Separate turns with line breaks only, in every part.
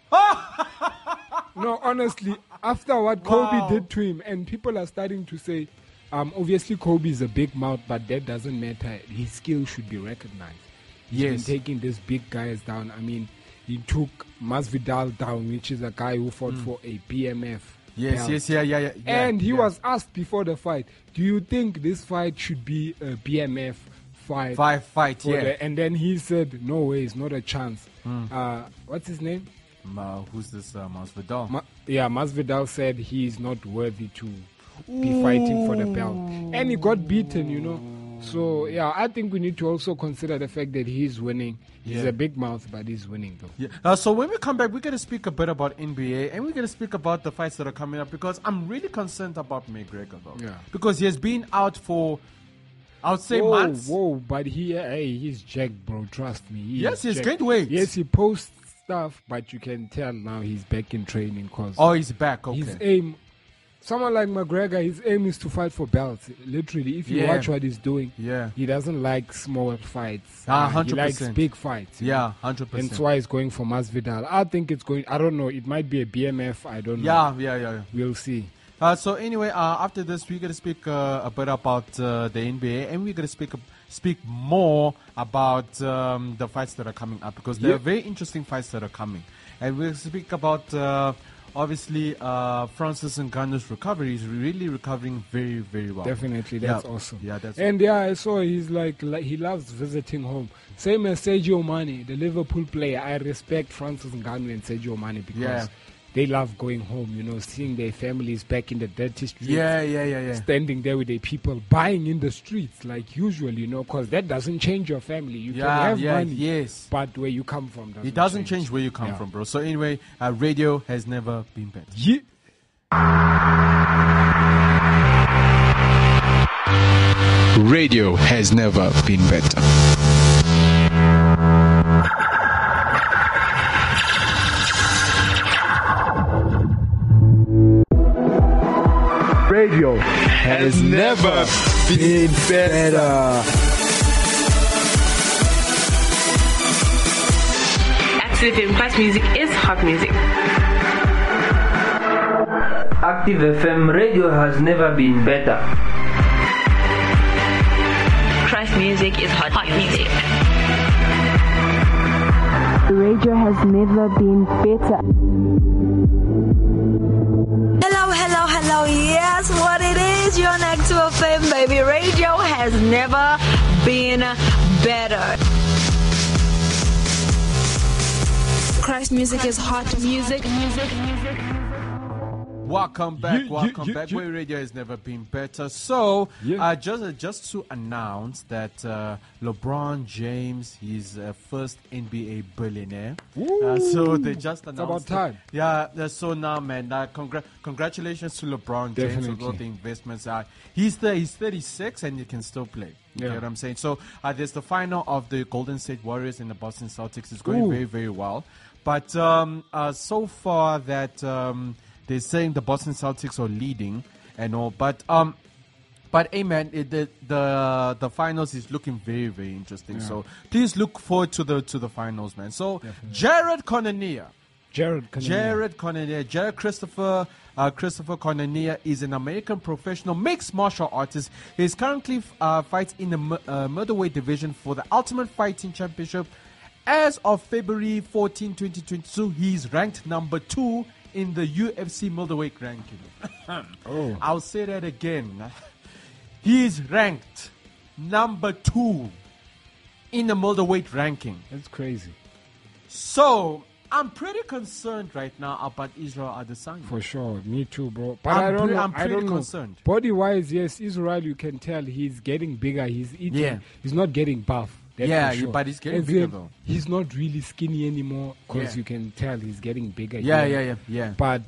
no, honestly, after what
Wow.
Kobe did to him, and people are starting to say, um, obviously Kobe is a big mouth, but that doesn't matter. His skill should be recognized. He's
Yes.
been taking these big guys down. I mean, he took Masvidal down, which is a guy who fought for a BMF.
Hmm. Yes,
belt.
yes, yeah, yeah, yeah. yeah,
and he
yeah.
was asked before the fight, "Do you think this fight should be a BMF fight.
Five fight,
for
yeah. Hmm.
the- and then he said, "No way, it's not a chance." Uh, what's his name?
Ma- who's this? Uh, Masvidal.
Ma- yeah, Masvidal said he is not worthy to be fighting for the belt, and he got beaten. You know, so yeah, I think we need to also consider the fact that he's winning. He's
Yeah.
a big mouth, but he's winning though.
Yeah. Uh, so when we come back, we're gonna speak a bit about NBA and we're gonna speak about the fights that are coming up because I'm really concerned about McGregor though.
Yeah.
Because he has been out for, I would say,
whoa,
months.
Whoa, but he, hey, he's jacked, bro. Trust me. he is
Yes, he's
jacked.
gained weight.
Yes, he posts stuff, but you can tell now he's back in training because
Oh, he's back. Okay.
his aim. Someone like McGregor, his aim is to fight for belts. Literally, if you
Yeah.
watch what he's doing,
Yeah.
he doesn't like small fights.
Ah,
Uh, He likes
100%.
big fights.
yeah, hundred
and that's
percent.
why he's going for Masvidal. I think it's going. I don't know. It might be a BMF. I don't know.
Yeah, yeah, yeah. yeah.
we'll see.
Uh, so anyway, uh, after this, we're gonna speak uh, a bit about uh, the NBA, and we're gonna speak speak more about um, the fights that are coming up because there
Yeah.
are very interesting fights that are coming, and we'll speak about uh, obviously uh, Francis Ngannou's recovery. He's really recovering very, very well.
Definitely, that's
yeah.
awesome.
Yeah, that's
and yeah, I saw he's like, like he loves visiting home. Same as Sergio Mane, the Liverpool player. I respect Francis Ngannou and Sergio Mane because
Yeah.
they love going home. You know, seeing their families back in the dirty streets.
yeah, yeah, yeah, yeah.
Standing there with their people, buying in the streets like usual, you know, because that doesn't change your family. You
Yeah,
can have
yeah,
money,
yes.
but where you come from doesn't
It doesn't change where you come
Yeah.
from, bro. So anyway, uh, radio has never been better.
Ye-
Radio has never been better.
radio has never been better.
Active FM Plus music is hot music.
Active FM radio has never been better.
Christ music is hot, hot music.
Radio has never been better. Hello, hello, hello. Yes, what it is, your next to fame, baby. Radio has never been better.
Christ music is hot music.
Welcome back,
Ye- ye-
welcome
ye-
back.
ye-
Where radio has never been better. So,
Yeah.
uh, just uh, just to announce that uh, LeBron James is uh, first NBA billionaire. Uh, so they just announced.
about
it.
time.
Yeah. uh, So now, man, uh, congra- congratulations to LeBron James on all
Definitely.
the investments. Uh, he's th- he's 36 and he can still play. You
Yeah.
get what I'm saying? So uh, there's the final of the Golden State Warriors and the Boston Celtics. It's going
Ooh.
very very well. But um, uh, so far that um, they're saying the Boston Celtics are leading and all. But um, but hey man, it, the the the finals is looking very very interesting. So please look forward to the to the finals, man. So Jared Connonier.
Jared, Cannonier.
Jared Connonier, Jared Christopher uh, Christopher Connonier is an American professional mixed martial artist. He's currently uh, fights in the mi- uh, middleweight division for the Ultimate Fighting Championship. As of February 14, 2022, he's ranked number two in the UFC middleweight ranking. oh. I'll say that again. He's ranked number two in the middleweight ranking.
That's crazy
So I'm pretty concerned right now about Israel Adesanya.
for sure. Me too, bro. But
I'm
I don't
pre-
know.
I'm
I don't
pretty
know.
concerned.
Body wise, yes, Israel. You can tell he's getting bigger. He's eating.
Yeah.
He's not getting buff. that's
Yeah,
for
he-
sure.
but he's getting
And
bigger
then
though.
He's not really skinny anymore because
Yeah.
you can tell he's getting bigger.
Yeah,
here.
yeah, yeah, yeah.
But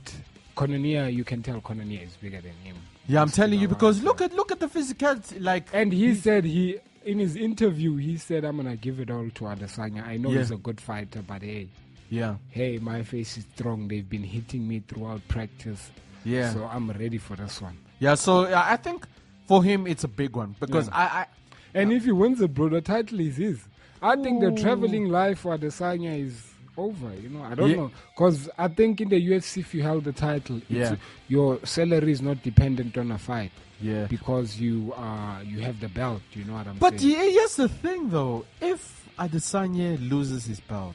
Kononia, you can tell Kononia is bigger than him.
yeah, I'm telling you because look at look at the physicality. Like
And he said he in his interview he said I'm gonna give it all to Adesanya. I know
Yeah.
he's a good fighter, but hey,
yeah,
hey, my face is strong. They've been hitting me throughout practice.
Yeah.
So I'm ready for this one.
yeah. So uh, I think for him it's a big one because
Yeah.
I, I
And if he wins the bro, the title is his. I think the traveling life for Adesanya is over. You know, I don't
Ye-
'Cause know because I think in the UFC, if you held the title, it's,
Yeah.
your salary is not dependent on a fight.
Yeah.
because you uh you have the belt. You know what I'm
but
saying?
yeah, here's the thing though. If Adesanya loses his belt,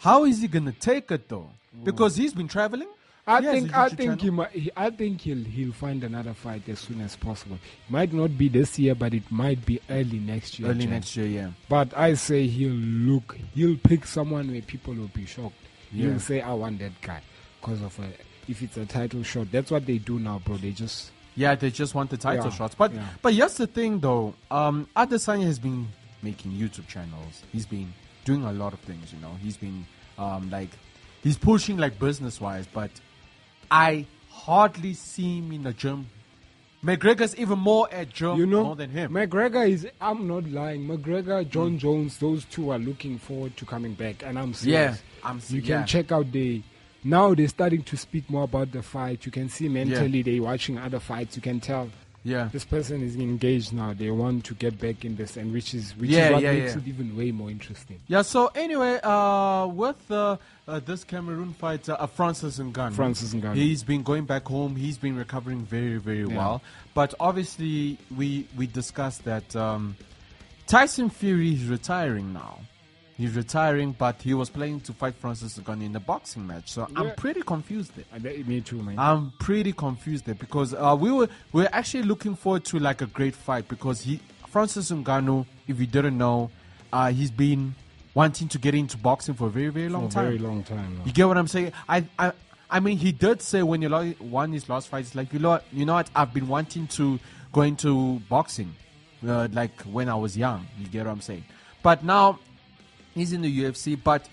how is he gonna take it though? Because he's been traveling.
I
Yes,
think
the
I
Jiu-Jitsu
think he, might, he I think he'll he'll find another fight as soon as possible. might not be this year, but it might be early next year.
Early
Jan.
next year, yeah.
But I say he'll look. He'll pick someone where people will be shocked.
Yeah.
He'll say, "I want that guy," because of a, if it's a title shot. That's what they do now, bro. They just
Yeah, they just want the title
Yeah,
shots. But
yeah.
but here's the thing though. Um Adesanya has been making YouTube channels. He's been doing a lot of things, you know. He's been um like he's pushing like business wise, but I hardly see him in the gym. McGregor's even more at gym
you know
more than him. Mm.
McGregor is. I'm not lying. McGregor, John Jones, those two are looking forward to coming back, and I'm serious.
Yeah, I'm s-
You
yeah.
can check out the. Now they're starting to speak more about the fight. You can see mentally they're watching other fights. You can tell.
yeah.
This person is engaged now. They want to get back in this, and which is which
Yeah,
is what
yeah,
makes
yeah.
it even way more interesting.
Yeah, so anyway, uh, with uh, uh, this Cameroon fighter, uh, Francis Ngannou.
Francis Ngannou.
He's been going back home. He's been recovering very, very well. But obviously, we, we discussed that um, Tyson Fury is retiring now. He's retiring, but he was planning to fight Francis Ngannou in a boxing match. So I'm
Yeah.
pretty confused there.
I bet me too, man.
I'm pretty confused there because uh, we were we are actually looking forward to like a great fight because he Francis Ngannou, if you didn't know, uh, he's been wanting to get into boxing for a very very long
For a
time.
very long time.
You
Now.
get what I'm saying? I I I mean, he did say when you lo- won his last fight, it's like you know what, you know what? I've been wanting to go into boxing, uh, like when I was young. You get what I'm saying? But now he's in the UFC, but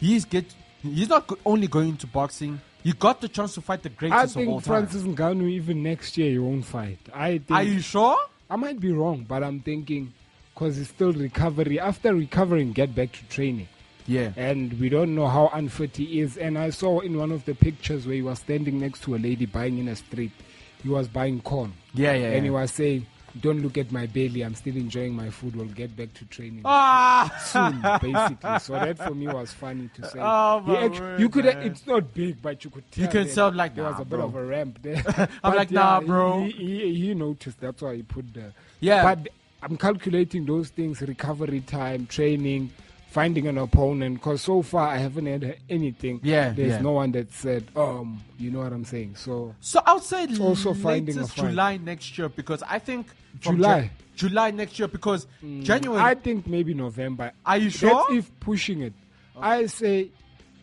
he's get he's not go- only going into boxing. He got the chance to fight the
I
greatest of all
think
time.
Francis Ngannou even next year he won't fight. I think
Are you sure?
I might be wrong, but I'm thinking because it's still recovery. After recovering, get back to training.
Yeah.
And we don't know how unfit he is. And I saw in one of the pictures where he was standing next to a lady buying in a street. He was buying corn.
Yeah, yeah,
And he
yeah.
was saying, Don't look at my belly. I'm still enjoying my food. We'll get back to training.
Ah,
soon, basically. So that for me was funny to say.
Oh,
He
my
act-
word,
you could,
man.
it's not big, but you could. Tell
You can
that
tell, like,
there was
nah,
a
bro.
bit of a ramp there.
I'm
But
like, nah,
yeah,
bro.
He, he, he noticed. That's why he put the.
Yeah.
But I'm calculating those things: recovery time, training, finding an opponent. Because so far I haven't had anything.
Yeah,
There's
yeah.
no one that said, um, you know what I'm saying. So
So I'll say
also finding a
latest
fight.
July next year because I think from
July? Hmm.
Jan- July next year because January.
I think maybe November.
Are you
That's
sure? Oh.
if pushing it, I say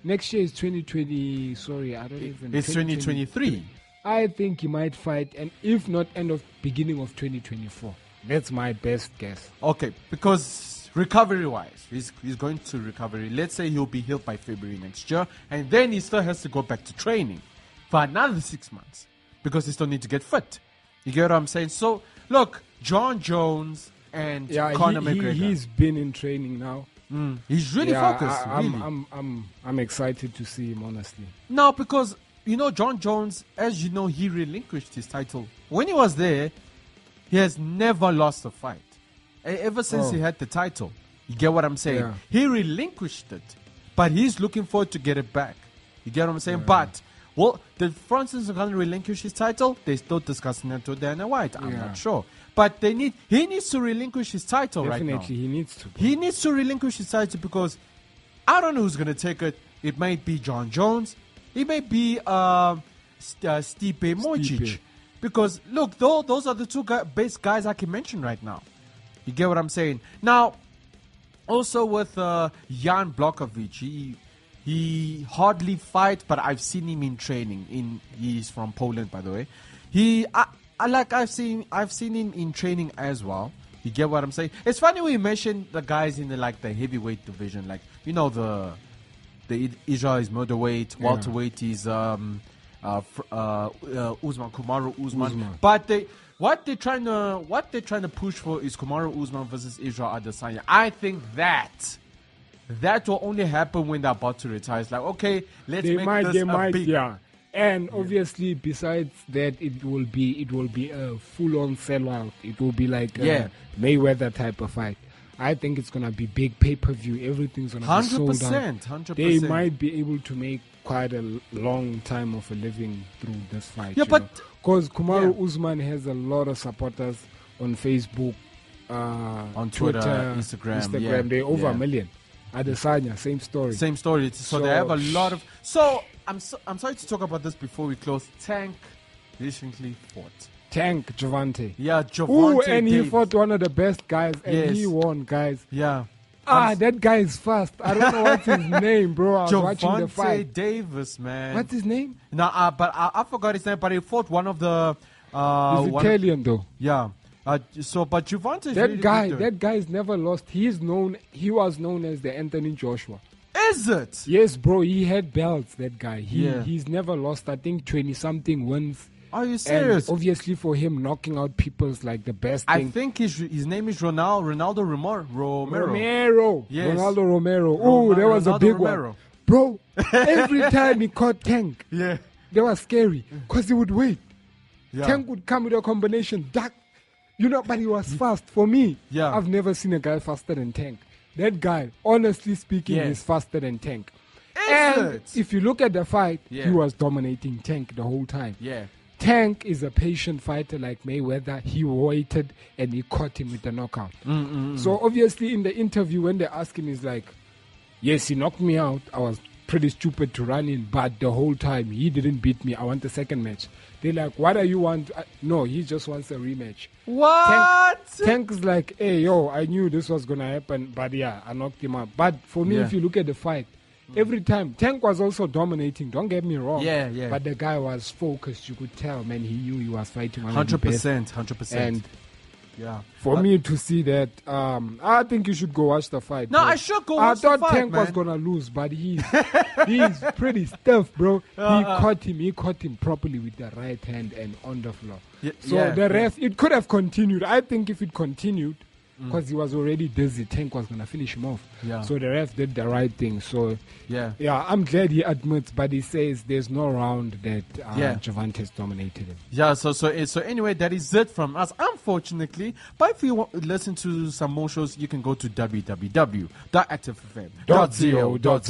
next year is 2020. Sorry, I don't even.
It's
2020.
2023.
I think he might fight, and if not, end of beginning of 2024. That's my best guess.
Okay, because recovery wise, he's, he's going to recovery. Let's say he'll be healed by February next year, and then he still has to go back to training for another six months because he still need to get fit. You get what I'm saying? So, look, John Jones and
Yeah,
Conor
he,
McGregor. Hmm.
he, has been in training now.
he's really
yeah,
focused.
I, am
really.
I'm, I'm, I'm excited to see him. Honestly,
No, because you know John Jones, as you know, he relinquished his title when he was there. He has never lost a fight E- ever since
Oh.
he had the title. You get what I'm saying?
Yeah.
He relinquished it, but he's looking forward to get it back. You get what I'm saying? But well, did Francis Ngannou relinquish his title? They're still discussing it to Dana White. I'm
Yeah.
not sure, but they need he needs to relinquish his title
definitely
right now.
he needs to.
He needs to relinquish his title because I don't know who's going to take it. It might be John Jones. It may be um, St- uh, Stipe Miocic.
Stipe.
Because, look, though, those are the two guy- best guys I can mention right now. You get what I'm saying? Now, also with uh, Jan Blokovic, he he hardly fight, but I've seen him in training. In he's from Poland, by the way. He I, I like I've seen I've seen him in training as well. You get what I'm saying? It's funny we mentioned the guys in the like the heavyweight division, like you know the the I- Isha is middleweight, welterweight is um uh, fr- uh, uh Usman Kumaru Usman.
Usman.
But they what they're trying to what they're trying to push for is Kumaru Usman versus Israel Adesanya. I think that that will only happen when they're about to retire. It's like okay, let's
they
make
might,
this
they
a
might,
big
yeah. And obviously, besides that, it will be it will be a full-on sellout. It will be like
Yeah.
a Mayweather type of fight. I think it's gonna be big pay-per-view. Everything's gonna be sold out.
100%, 100%.
They might be able to make quite a l- long time of a living through this fight.
Yeah, but-
because Kumaru
yeah.
Usman has a lot of supporters on Facebook, uh, on
Twitter, Instagram, yeah,
They over a
yeah.
million. Adesanya, same story.
Same story. It's- So,
So-
they have a lot of. So I'm so, I'm sorry to talk about this before we close. Tank recently fought.
Tank Javante.
Yeah,
Ooh,
Javante.
and he
Davis.
fought one of the best guys, and
Yes.
he won, guys.
Yeah.
Ah,
I'm s-
that guy is fast. I don't know what's his name, bro. I was watching the
Javante
fight.
Davis, man.
What's his name?
No, uh, but I, I forgot his name. But he fought one of the. Uh,
He's
one-
Italian, though.
Yeah. Uh, so, but Javante. is
That
really
guy,
good.
that guy's never lost. He is known. He was known as the Anthony Joshua.
is it.
Yes, bro. He had belts. That guy. He
Yeah.
he's never lost. I think twenty something wins.
Are you serious?
And obviously, for him, knocking out people's like the best
I
thing.
think his his name is Ronaldo Ronaldo Romero. Romero.
Romero.
Yes.
Ronaldo Romero.
Roma-
Oh, that was a
Ronaldo
big
Romero.
one. Bro, every time he caught Tank,
Yeah.
they were scary because he would wait.
Mm. Yeah.
Tank would come with a combination. Duck. You know, but he was fast. For me,
Mm. Yeah.
I've never seen a guy faster than Tank. That guy, honestly speaking,
Yes.
is faster than Tank.
Excellent.
And if you look at the fight,
Yeah.
he was dominating Tank the whole time.
Yeah.
Tank is a patient fighter like Mayweather. He waited and he caught him with the knockout. So obviously, in the interview, when they ask him, he's like, "Yes, he knocked me out. I was pretty stupid to run in, but the whole time he didn't beat me. I want the second match." They're like, "What are you want?" I, no, he just wants a rematch.
What?
Tank's like, hey, yo, I knew this was going to happen, but yeah, I knocked him out. But for me,
Yeah. Mm.
if you look at the fight, every time, Tank was also dominating, don't get me wrong.
Yeah, yeah.
But the guy was focused, you could tell, man, he knew he was fighting one of the
Hundred
best.
percent. Hundred
And
percent. Yeah.
for
Uh,
me to see that, um, I think you should go watch the fight.
No,
bro.
I should go
I
watch the
thought
fight,
Tank was
man.
gonna lose, but he's he's pretty tough, bro.
Uh,
he caught him. He caught him properly with the right hand and on the floor.
Ye-
so
yeah, yeah.
the ref, it could have continued. I think if it continued, because he was already dizzy, Tank was gonna finish him off.
Mm. Yeah.
So the ref did the right thing. So
Yeah.
yeah, I'm glad he admits, but he says there's no round that uh,
Yeah.
Javantes dominated him.
Yeah, so so eh, so anyway, that is it from us, unfortunately. But if you want to listen to some more shows, you can go to www.activefm.co.za. You can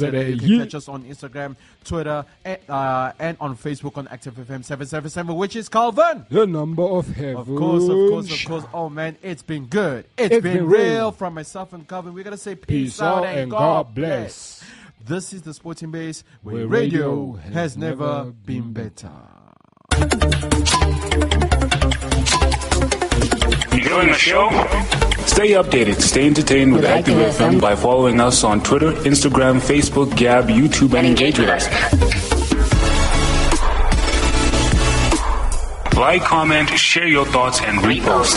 Yeah.
catch us on Instagram, Twitter, and, uh, and on Facebook on Active FM seven seven seven, which is Calvin.
The number of heaven.
Of course, of course, of course. Oh man, it's been good. it's been, real. from myself and Calvin. We're gonna say peace,
Peace out and God bless.
This is the Sporting Base where,
Where
radio
radio
has,
has
never
never
been
been
better.
Enjoying the show? Stay updated, stay entertained with Active FM by following us on Twitter, Instagram, Facebook, Gab, YouTube, and engage with us. Like, comment, share your thoughts, and repost.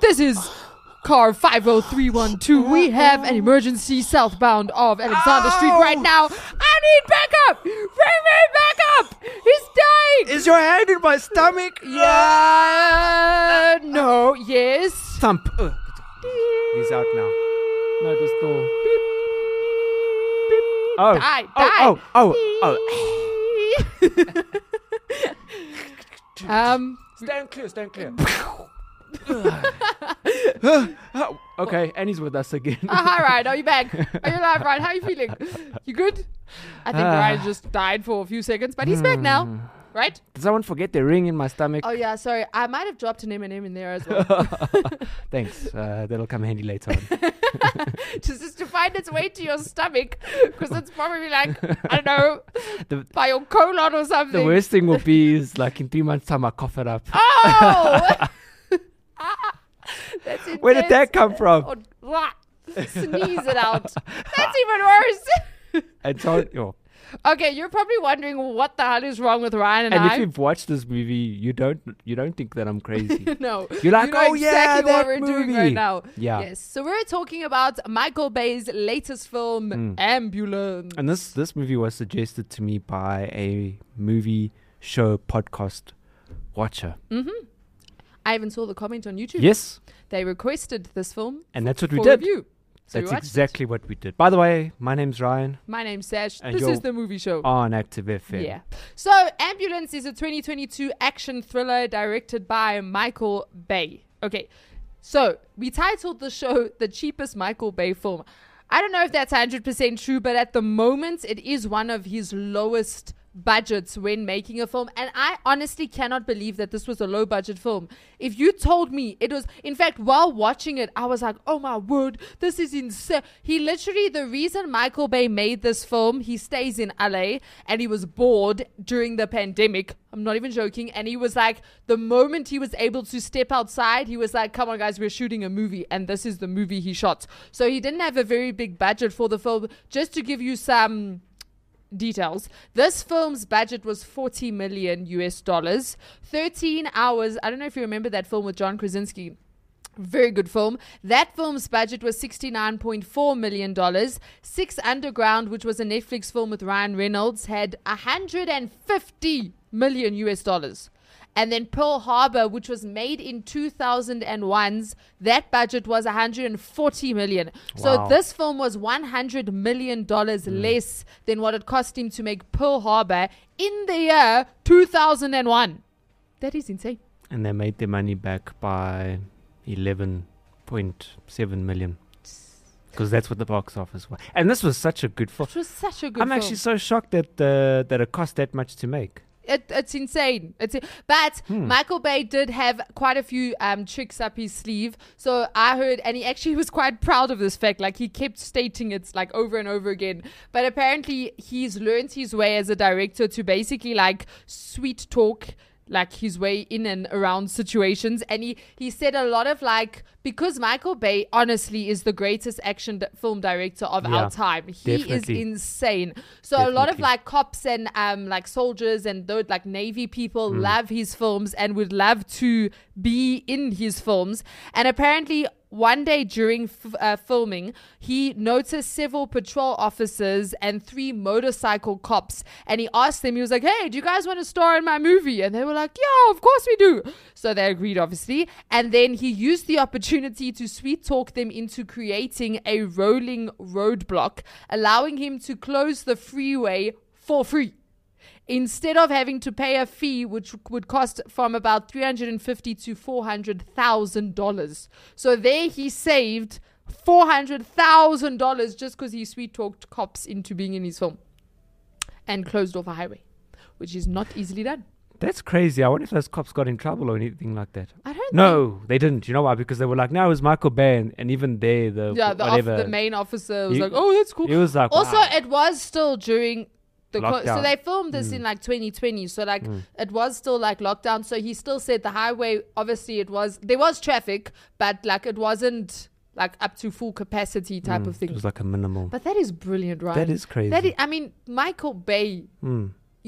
This is car 50312. We have an emergency southbound of Alexander Street right now. I need backup! Bring me backup! He's dying!
Is your hand in my stomach?
Yeah! No, yes.
Thump. He's out now. No, just go. Beep. Beep. Oh.
Die,
oh, oh, oh, oh.
Um.
Stand clear, stand clear. Oh, okay, and he's with us again.
Ah, hi, Ryan. Are you back? Are you alive, Ryan? How are you feeling? You good? I think
Ah.
Ryan just died for a few seconds, but he's back now, right?
Did someone forget the ring in my stomach?
Oh yeah, sorry. I might have dropped an M&M in there as well.
Thanks. Uh, that'll come handy later on.
just, just to find its way to your stomach, because it's probably like I don't know,
The-
by your colon or something.
the worst thing will be is like in three months' time I cough it up.
Oh! That's
Where did that
intense.
come from?
Or, blah, sneeze it out. That's even worse.
and so, oh.
Okay, you're probably wondering what the hell is wrong with Ryan and,
and
I.
if you've watched this movie, you don't you don't think that I'm crazy.
no,
You're like,
you know
"Oh,
exactly
yeah,
what
that
we're doing
movie."
right now.
Yeah.
Yes. So we're talking about Michael Bay's latest film,
Mm.
Ambulance.
And this this movie was suggested to me by a movie show podcast watcher.
Mm-hmm. I even saw the comment on YouTube.
Yes.
They requested this film.
And that's what we
for
did.
Review. So we
That's
watched it.
exactly what we did. By the way, my name's Ryan.
My name's Sash.
And
this
you're
is the movie show.
On Active FM.
Yeah. So, Ambulance is a 2022 action thriller directed by Michael Bay. Okay. So, we titled the show The Cheapest Michael Bay Film. I don't know if that's 100% true, but at the moment, it is one of his lowest budgets when making a film. And I honestly cannot believe that this was a low budget film. If you told me it was, in fact, while watching it, I was like, oh my word, this is insane. He literally, the reason Michael Bay made this film, he stays in LA and he was bored during the pandemic. I'm not even joking. And he was like, the moment he was able to step outside, he was like, come on, guys, we're shooting a movie. And this is the movie he shot. So he didn't have a very big budget for the film. Just to give you some details. This film's budget was 40 million US dollars. 13 hours. I don't know if you remember that film with John Krasinski. Very good film. That film's budget was $69.4 million. Six Underground, which was a Netflix film with Ryan Reynolds, had 150 million US dollars. And then Pearl Harbor, which was made in 2001's, that budget was 140 million. So
Wow.
this film was 100 million dollars less than what it cost him to make Pearl Harbor in the year 2001. That is insane.
And they made their money back by 11.7 million. Because that's what the box office was. And this was such a good film.
It was such a good
I'm
film.
actually so shocked that uh, that it cost that much to make.
It, it's insane. It's but
Hmm.
Michael Bay did have quite a few um, tricks up his sleeve. So I heard, and he actually was quite proud of this fact. Like he kept stating it like over and over again. But apparently, he's learned his way as a director to basically like sweet talk like his way in and around situations and he he said a lot of like because Michael Bay honestly is the greatest action d- film director of
Yeah,
our time he
definitely.
is insane so a lot of
Definitely.
like cops and um like soldiers and those like navy people
Mm.
love his films and would love to be in his films and apparently one day during f- uh, filming, he noticed several patrol officers and three motorcycle cops. And he asked them, he was like, Hey, do you guys want to star in my movie? And they were like, Yeah, of course we do. So they agreed, obviously. And then he used the opportunity to sweet talk them into creating a rolling roadblock, allowing him to close the freeway for free instead of having to pay a fee which would cost from about 350 to 400,000 dollars. So there he saved 400,000 dollars just cuz he sweet talked cops into being in his film and closed off a highway, which is not easily done.
That's crazy. I wonder if those cops got in trouble or anything like that.
I don't
No, they didn't. You know why? Because they were like, no, it was Michael Bay. And, and even there, the.
yeah, the, off,
whatever,
the main officer was
he-
like, "Oh, that's cool."
he was like,
also,
wow.
it was still during the clo- so
Lockdown.
they filmed this
Mm.
in like 2020, so like
Mm.
it was still like lockdown. So he still said the highway. Obviously, it was there was traffic, but like it wasn't like up to full capacity type
Mm,
of thing.
It was like a minimal.
but that is brilliant, right?
is crazy.
That is, I mean, Michael Bay.
Mm.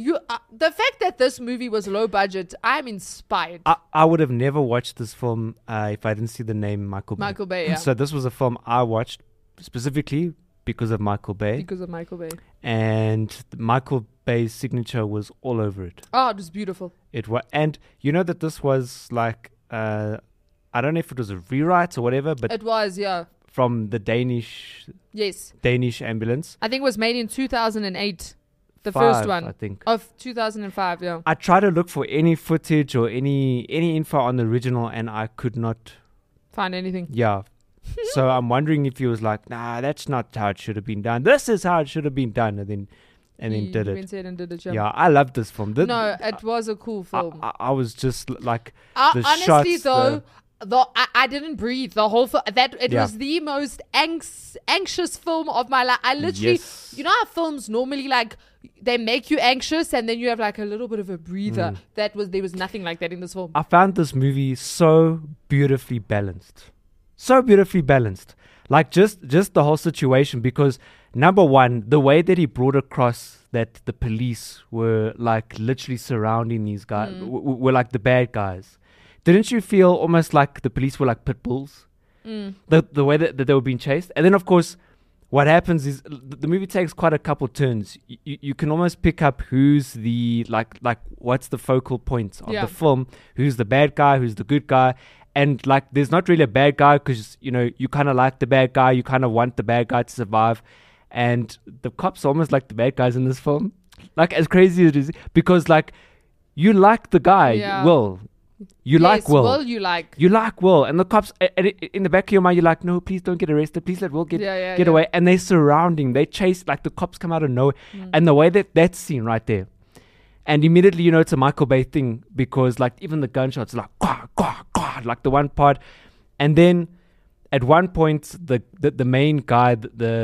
You uh, the fact that this movie was low budget, I'm inspired.
I, I would have never watched this film uh, if I didn't see the name Michael Bay.
Michael Bay, yeah.
So this was a film I watched specifically because of Michael Bay.
Because of Michael Bay.
And th- Michael Bay's signature was all over it.
Oh, it was beautiful.
It was, and you know that this was like, uh, I don't know if it was a rewrite or whatever, but
it was, yeah,
from the Danish
yes.
Danish ambulance.
I think it was made in 2008. The
Five,
first one.
I think.
Of 2005, yeah.
I tried to look for any footage or any any info on the original, and I could not
Find anything.
Yeah. so I'm wondering if he was like, nah, that's not how it should have been done. This is how it should have been done, and then and then
He
did
went
it.
ahead and did it, yeah.
yeah. I love this film. The-
no, it was a cool film.
I, I was just l- like,
Uh,
the
honestly,
shots,
though,
the-
the, I, I didn't breathe the whole film. That it
Yeah.
was the most anx- anxious film of my life. I literally,
Yes.
you know, how films normally like they make you anxious, and then you have like a little bit of a breather.
Mm.
That was there was nothing like that in this film.
I found this movie so beautifully balanced, so beautifully balanced. Like just just the whole situation because number one, the way that he brought across that the police were like literally surrounding these guys,
Mm.
w- w- were like the bad guys. Didn't you feel almost like the police were like pit bulls?
Mm.
The the way that, that they were being chased, and then of course what happens is l- the movie takes quite a couple turns. You, you can almost pick up who's the like like what's the focal point of
Yeah.
the film, who's the bad guy, who's the good guy, and like there's not really a bad guy because you know you kind of like the bad guy, you kind of want the bad guy to survive, and the cops are almost like the bad guys in this film, like as crazy as it is because like you like the guy
Yeah.
Will. You like
Yes,
Will.
Will you like.
You like Will, and the cops a- and i- in the back of your mind, you're like, no, please don't get arrested. Please let Will get
Yeah, yeah,
get
yeah.
away. And they surround him. They chase like the cops come out of nowhere,
Mm.
and the way that that scene right there, and immediately you know it's a Michael Bay thing because like even the gunshots like quah quah quah like the one part, and then at one point the the, the main guy the, the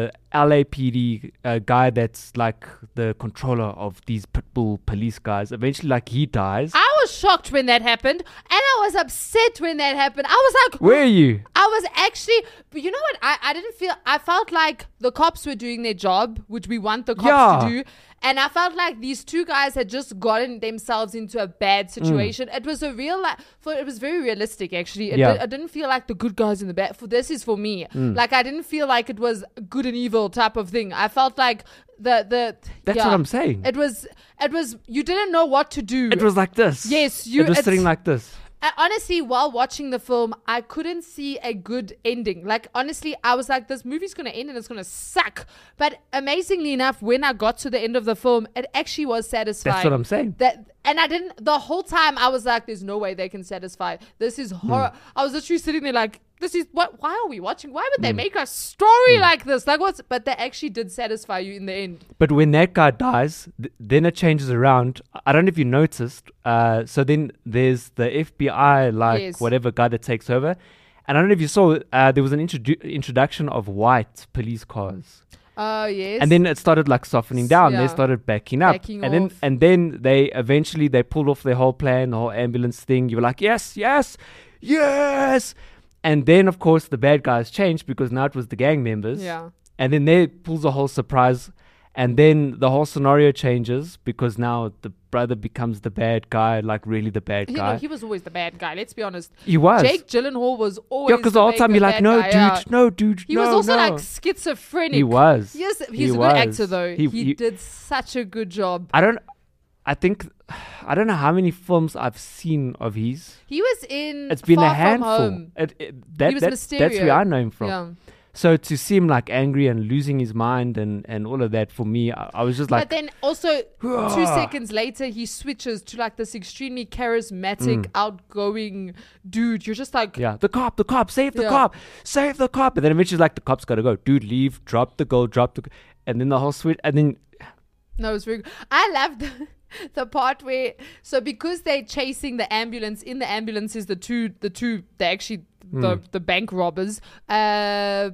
LAPD uh, guy that's like the controller of these pitbull police guys eventually like he dies.
I was shocked when that happened, and I was upset when that happened. I was like,
Where are you?
I was actually, but you know what? I, I didn't feel, I felt like the cops were doing their job, which we want the cops
Yeah.
to do. And I felt like these two guys had just gotten themselves into a
Mm.
bad situation. It was a real, like, for it was very realistic actually. It,
Yeah.
did- I didn't feel like the good guys in the bad. For this is for me.
Mm.
Like I didn't feel like it was good and evil type of thing. I felt like the the.
That's what I'm saying.
It was it was you didn't know what to do.
It was like this.
Yes, you.
It was
it's-
sitting like this.
I, honestly, while watching the film, I couldn't see a good ending. Like, honestly, I was like, this movie's going to end and it's going to suck. But amazingly enough, when I got to the end of the film, it actually was satisfying.
I'm saying.
That, and I didn't, the whole time I was like, there's no way they can satisfy. This is
Hmm.
horror. I was literally sitting there like, this is what, why are we watching? Why would they
Mm.
make a story like this? Like, what's, but they actually did satisfy you in the end.
But when that guy dies, th- then it changes around. I- I don't know if you noticed. Uh, so then there's the FBI, like
Yes.
whatever guy that takes over. And I don't know if you saw, uh, there was an introdu- introduction of white police cars.
Oh, yes.
And then it started like softening down.
yeah.
They started backing up,
Backing
and then
off.
and then they eventually they pulled off their whole plan, the whole ambulance thing. You were like, yes, yes, yes. And then of course the bad guys changed because now it was the gang members.
Yeah.
And then they pulls a whole surprise, and then the whole scenario changes because now the brother becomes the bad guy, like really the bad
He,
guy.
no, he was always the bad guy. Let's be honest.
He was.
Jake Gyllenhaal was always.
Yeah, 'cause the whole
bad-
time you're like,
bad
"No,
guy,
dude,
yeah.
no, dude,
He was
no,
also
no."
like schizophrenic.
He was.
Yes,
He
he's a
was.
good actor though.
He-
He,
he-
did such a good job.
I don't. I think I don't know how many films I've seen of his.
He was in.
It's been
Far
a
From
handful.
Home.
It, it, that,
was
that- that's where
Mysterio.
I know him from.
Yeah.
So to see him like angry and losing his mind and, and all of that for me, I, I was just like,
but then also two
Hurrah.
seconds later he switches to like this extremely charismatic,
Mm.
outgoing dude. You're just like
yeah, the cop, the cop, save the
Yeah.
cop, save the cop. And then eventually, like, the cop's got to go, dude, leave, drop the goal, drop the. g-" And then the whole suite, and then
No, it was very good. I loved the, part where so because they're chasing the ambulance, in the ambulance is the two the two they actually the
Hmm.
the bank robbers. Uh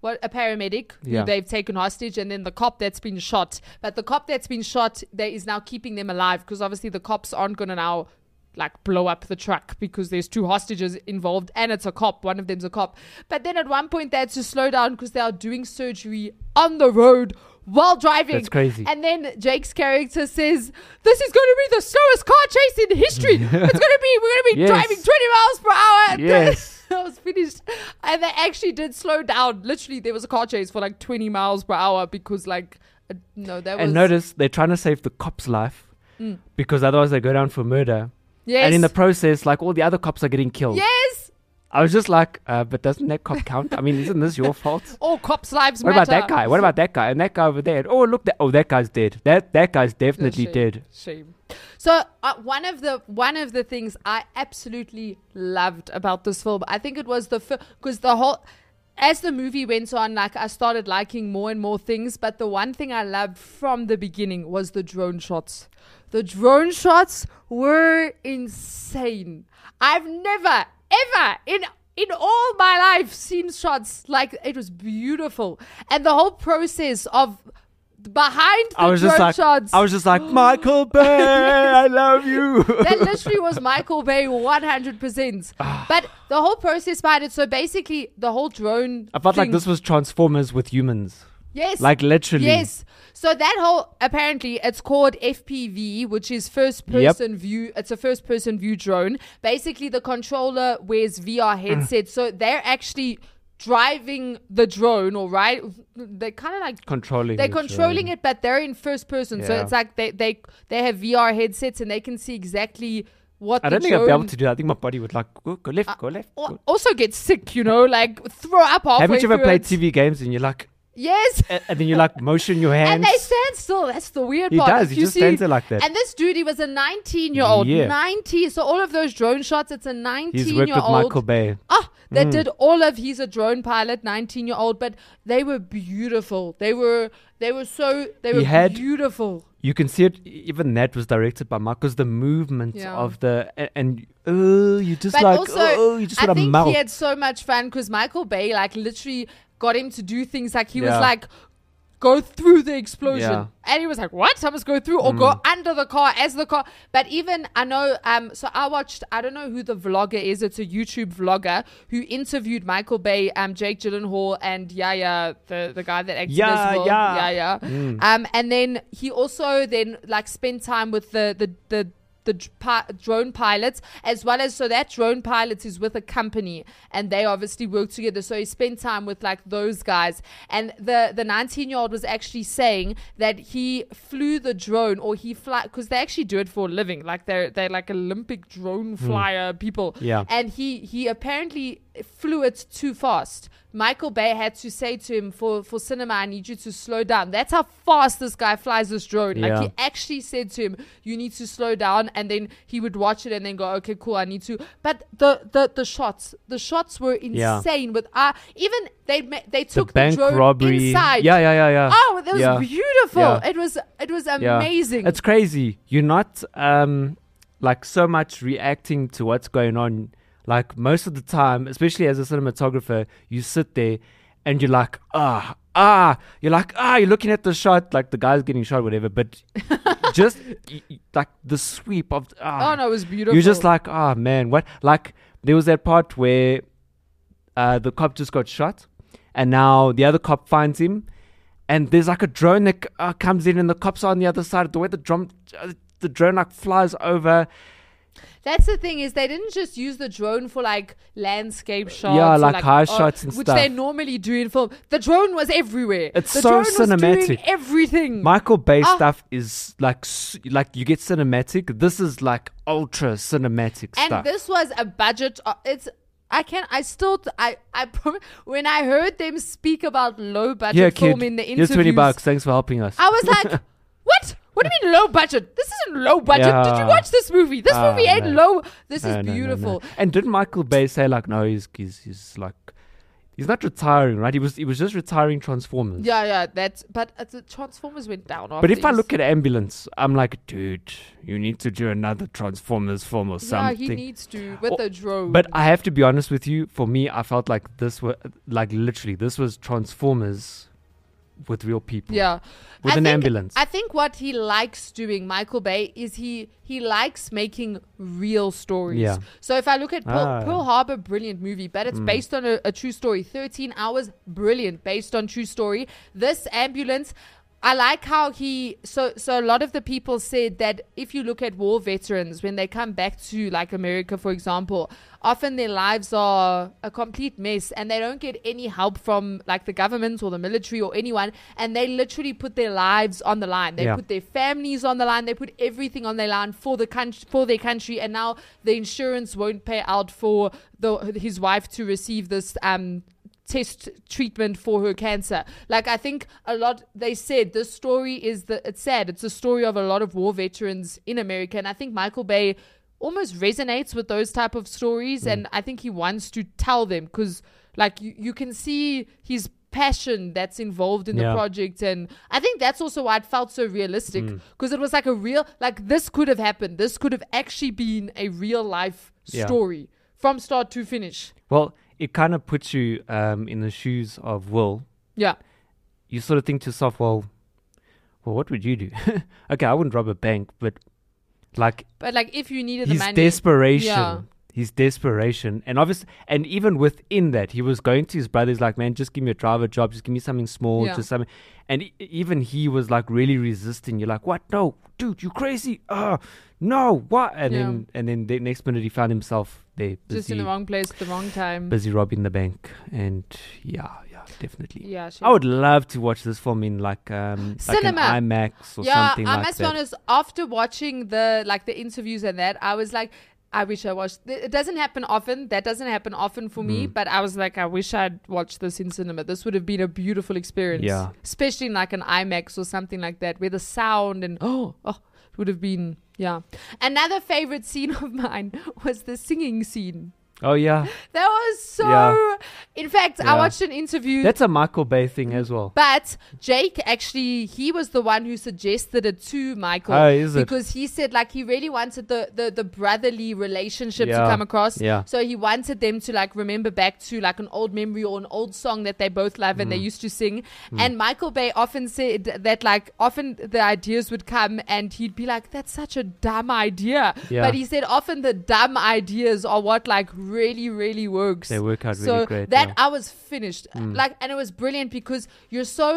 what a paramedic
Yeah.
who they've taken hostage and then the cop that's been shot. But the cop that's been shot there is now keeping them alive because obviously the cops aren't gonna now like blow up the truck because there's two hostages involved and it's a cop. One of them's a cop. But then at one point they had to slow down because they are doing surgery on the road while driving.
That's crazy.
And then Jake's character says, "This is going to be the slowest car chase in history. it's going to be we're going to be
Yes.
driving 20 miles per hour." And
Yes.
I was finished, and they actually did slow down. Literally, there was a car chase for like 20 miles per hour because like uh, no, that was
and notice they're trying to save the cop's life
Mm.
because otherwise they go down for murder. And
Yes.
in the process, like all the other cops are getting killed.
yes.
I was just like, uh, but doesn't that cop count? I mean, isn't this your fault?
All cops' lives
What
matter.
about that guy? What about that guy? And that guy over there? Oh, look! That, oh, that guy's dead. That that guy's definitely
shame.
dead.
Shame. So uh, one of the one of the things I absolutely loved about this film, I think it was the because the whole as the movie went on, like I started liking more and more things. But the one thing I loved from the beginning was the drone shots. The drone shots were insane. I've never ever in in all my life seen shots like it was beautiful, and the whole process of behind the
I was
drone
just like,
shots.
I was just like, Michael Bay, I love you.
that literally was Michael Bay 100%.
Ah.
but the whole process behind it, so basically the whole drone.
I felt like
thing-
this was Transformers with humans.
Yes.
Like literally.
Yes. So that whole apparently it's called FPV, which is first
Yep.
person view. It's a first
Mm.
person view drone. Basically, the controller wears VR headset, so they're actually driving the drone or right they kind of like
Controlling
they're
the
controlling
drone.
it but they're in first person so
Yeah.
it's like they they they have vr headsets and they can see exactly what
I
the
don't think I'd be able
drone-
to do that. I think my body would like go, go left, go left.
Or- also get sick you know like throw up halfway
Haven't you ever
through
played
it.
TV games and you're like,
yes
a- and then you like motion your hands?
and they stand still. That's the weird
He
part.
does. He
You
just stands there like that.
And this dude, he was a 19 year old.
Yeah.
90. So all of those drone shots, it's a 19
He's
year
worked with
old.
Michael Bay.
Ah, that
Mm.
did all of. He's a drone pilot, 19 year old. But they were beautiful. They were. They were so. They
He
were
had-
beautiful.
You can see it. Even that was directed by Michael. 'cause The movement
Yeah.
of the a- and oh, you just
but
like
also,
oh, you just
I
want to
think
melt.
he had so much fun because Michael Bay like literally got him to do things like he was
Yeah.
like go through the explosion
Yeah. Mm.
and he was like what I must go through or go under the car as the car but even I know um so I watched I don't know who the vlogger is it's a YouTube vlogger who interviewed Michael Bay um Jake Gyllenhaal and Yaya the the guy that acted
Yeah,
as Will.
yeah.
Yaya
Mm.
um, and then he also then like spent time with the the the the dr- pi- drone pilots as well as so that drone pilots is with a company and they obviously work together so he spent time with like those guys and the the 19 year old was actually saying that he flew the drone or he fly because they actually do it for a living like they're they're like olympic drone
Hmm.
flyer people
Yeah.
and he he apparently flew it too fast. Michael Bay had to say to him for for cinema, I need you to slow down. That's how fast this guy flies this drone. Like
Yeah.
he actually said to him, you need to slow down, and then he would watch it and then go, okay, cool, I need to. But the the the shots, the shots were
Yeah.
insane. With uh, even they ma- they
the
took the,
bank
drone
robbery.
inside.
Yeah, yeah, yeah, yeah.
Oh, that was
Yeah.
beautiful.
Yeah.
It was it was
Yeah.
amazing.
It's crazy. You're not um like so much reacting to what's going on. Like most of the time, especially as a cinematographer, you sit there and you're like, ah, ah, you're like, ah, you're looking at the shot, like the guy's getting shot, whatever. But just y- y- like the sweep of, ah,
Oh, no, it was
You're just
beautiful.
like, ah, man, what? Like there was that part where uh, the cop just got shot, and now the other cop finds him, and there's like a drone that c- uh, comes in, and the cops are on the other side. The way the drum, uh, the drone like flies over,
That's the thing is they didn't just use the drone for like landscape shots.
Yeah,
or,
like high
oh,
shots and
which
stuff.
they normally do in film. The drone was everywhere.
It's
the
so
drone Was doing
cinematic.
everything.
Michael Bay
Ah.
stuff is like s- like you get cinematic. This is like ultra cinematic
and
stuff.
this was a budget. o- It's I can I still t- I I prom- when I heard them speak about low budget
Here,
film
kid,
in the
here's
interviews,
twenty bucks. Thanks for helping us.
I was like, what? What do you mean low budget? This isn't low budget. Did you
Yeah.
watch this movie? This
Ah,
movie ain't
no.
low. This
No,
is
no, no, no.
beautiful.
And didn't Michael Bay say like, no, he's he's, he's like, he's not retiring, right? He was he was just retiring Transformers.
Yeah, yeah, that's but uh, the Transformers went down.
But if I
after
look at ambulance, I'm like, dude, you need to do another Transformers film or
Yeah,
something.
he needs to with the drone.
But I have to be honest with you. For me, I felt like this was like literally this was Transformers with real people.
yeah,
with
I
an
think-
ambulance.
I think what he likes doing, Michael Bay, is he he likes making real stories.
Yeah.
So if I look at Pearl,
Ah.
Pearl Harbor, brilliant movie, but it's
Mm.
based on a, a true story. Thirteen hours, brilliant, based on true story. This ambulance. I like how he so so a lot of the people said that if you look at war veterans when they come back to like America for example often their lives are a complete mess and they don't get any help from like the government or the military or anyone and they literally put their lives on the line they
Yeah.
put their families on the line they put everything on their line for the country for their country and now the insurance won't pay out for the his wife to receive this um test treatment for her cancer. Like I think a lot they said this story is the it's sad. It's a story of a lot of war veterans in America and I think Michael Bay almost resonates with those type of
Hmm.
stories and I think he wants to tell them cuz like you, you can see his passion that's involved in the
Yeah.
project and I think that's also why it felt so realistic
Hmm.
Mm.
because it was like a real like this could have happened. This could have actually been a real life
Yeah.
story from start to finish.
well, it kind of puts you um, in the shoes of Will.
Yeah.
You sort of think to yourself, well, well, what would you do? okay, I wouldn't rob a bank, but like
But like, if you needed the
his
money,
desperation. his desperation and obviously and even within that he was going to his brothers like man just give me a driver job just give me something small
Yeah.
just something and e- even he was like really resisting you're like what no dude you crazy uh no what and
Yeah.
then and then the next minute he found himself there busy,
Just in the wrong place at the wrong time.
busy robbing the bank and yeah yeah definitely
Yeah, she-
i would love to watch this film in like um
Cinema.
like an imax or
yeah,
something
I
like
must
that
be honest. After watching the like the interviews and that, I was like, I wish I watched. th- It doesn't happen often. That doesn't happen often for me.
Mm.
But I was like, I wish I'd watched this in cinema. This would have been a beautiful experience.
Yeah.
Especially in like an IMAX or something like that, where the sound and oh, oh it would have been yeah. Another favorite scene of mine was the singing scene.
oh yeah
That was so.
Yeah.
In fact,
Yeah.
I watched an interview.
that's a michael bay thing as well
But Jake actually, he was the one who suggested it to Michael.
Oh, is it?
Because he said like he really wanted the the, the brotherly relationship to
Yeah,
come across.
yeah.
So he wanted them to like remember back to like an old memory or an old song that they both love and they
Mm.
used to sing.
Mm.
And Michael Bay often said that like often the ideas would come and he'd be like, "That's such a dumb idea."
Yeah.
But he said often the dumb ideas are what like really really works.
They work out really
so
great,
That
yeah.
I was finished.
Mm.
Like, and it was brilliant because you're so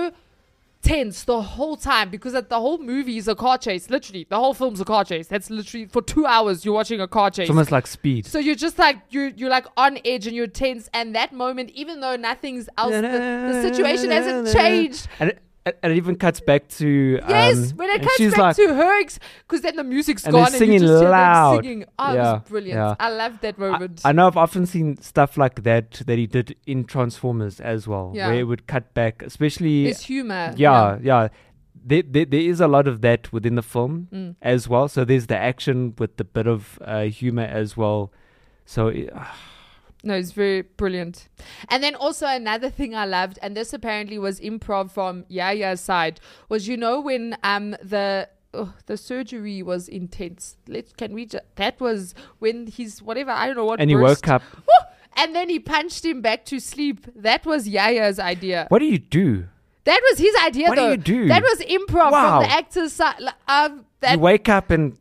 tense the whole time because that the whole movie is a car chase. Literally, the whole film's a car chase. That's literally for two hours you're watching a car chase.
it's almost like speed
so you're just like you you're like on edge and you're tense. And that moment, even though nothing's else, the, the situation hasn't changed.
And it, and it even cuts back to um,
Yes, when it
and
cuts
she's
back
like,
to her, because then the music's
and
gone
they're singing
and you just hear
loud.
them singing. Oh, it
Yeah,
was brilliant.
yeah.
I loved that moment.
I know I've often seen stuff like that that he did in Transformers as well,
Yeah.
where it would cut back, especially
His humor,
Yeah, yeah. There, there, there is a lot of that within the film
Mm.
as well. So there's the action with the bit of uh, humor as well. So it,
No, it's very brilliant. And then also another thing I loved, and this apparently was improv from Yaya's side, was you know when um the oh, the surgery was intense. Let can we ju- that was when he's whatever I don't know what
and he
burst.
woke up.
Woo! and then he punched him back to sleep. That was Yaya's idea.
What do you do?
That was his idea.
What do
though.
you do?
That was improv
Wow.
from the actor's side. Like, Um, that
you wake up and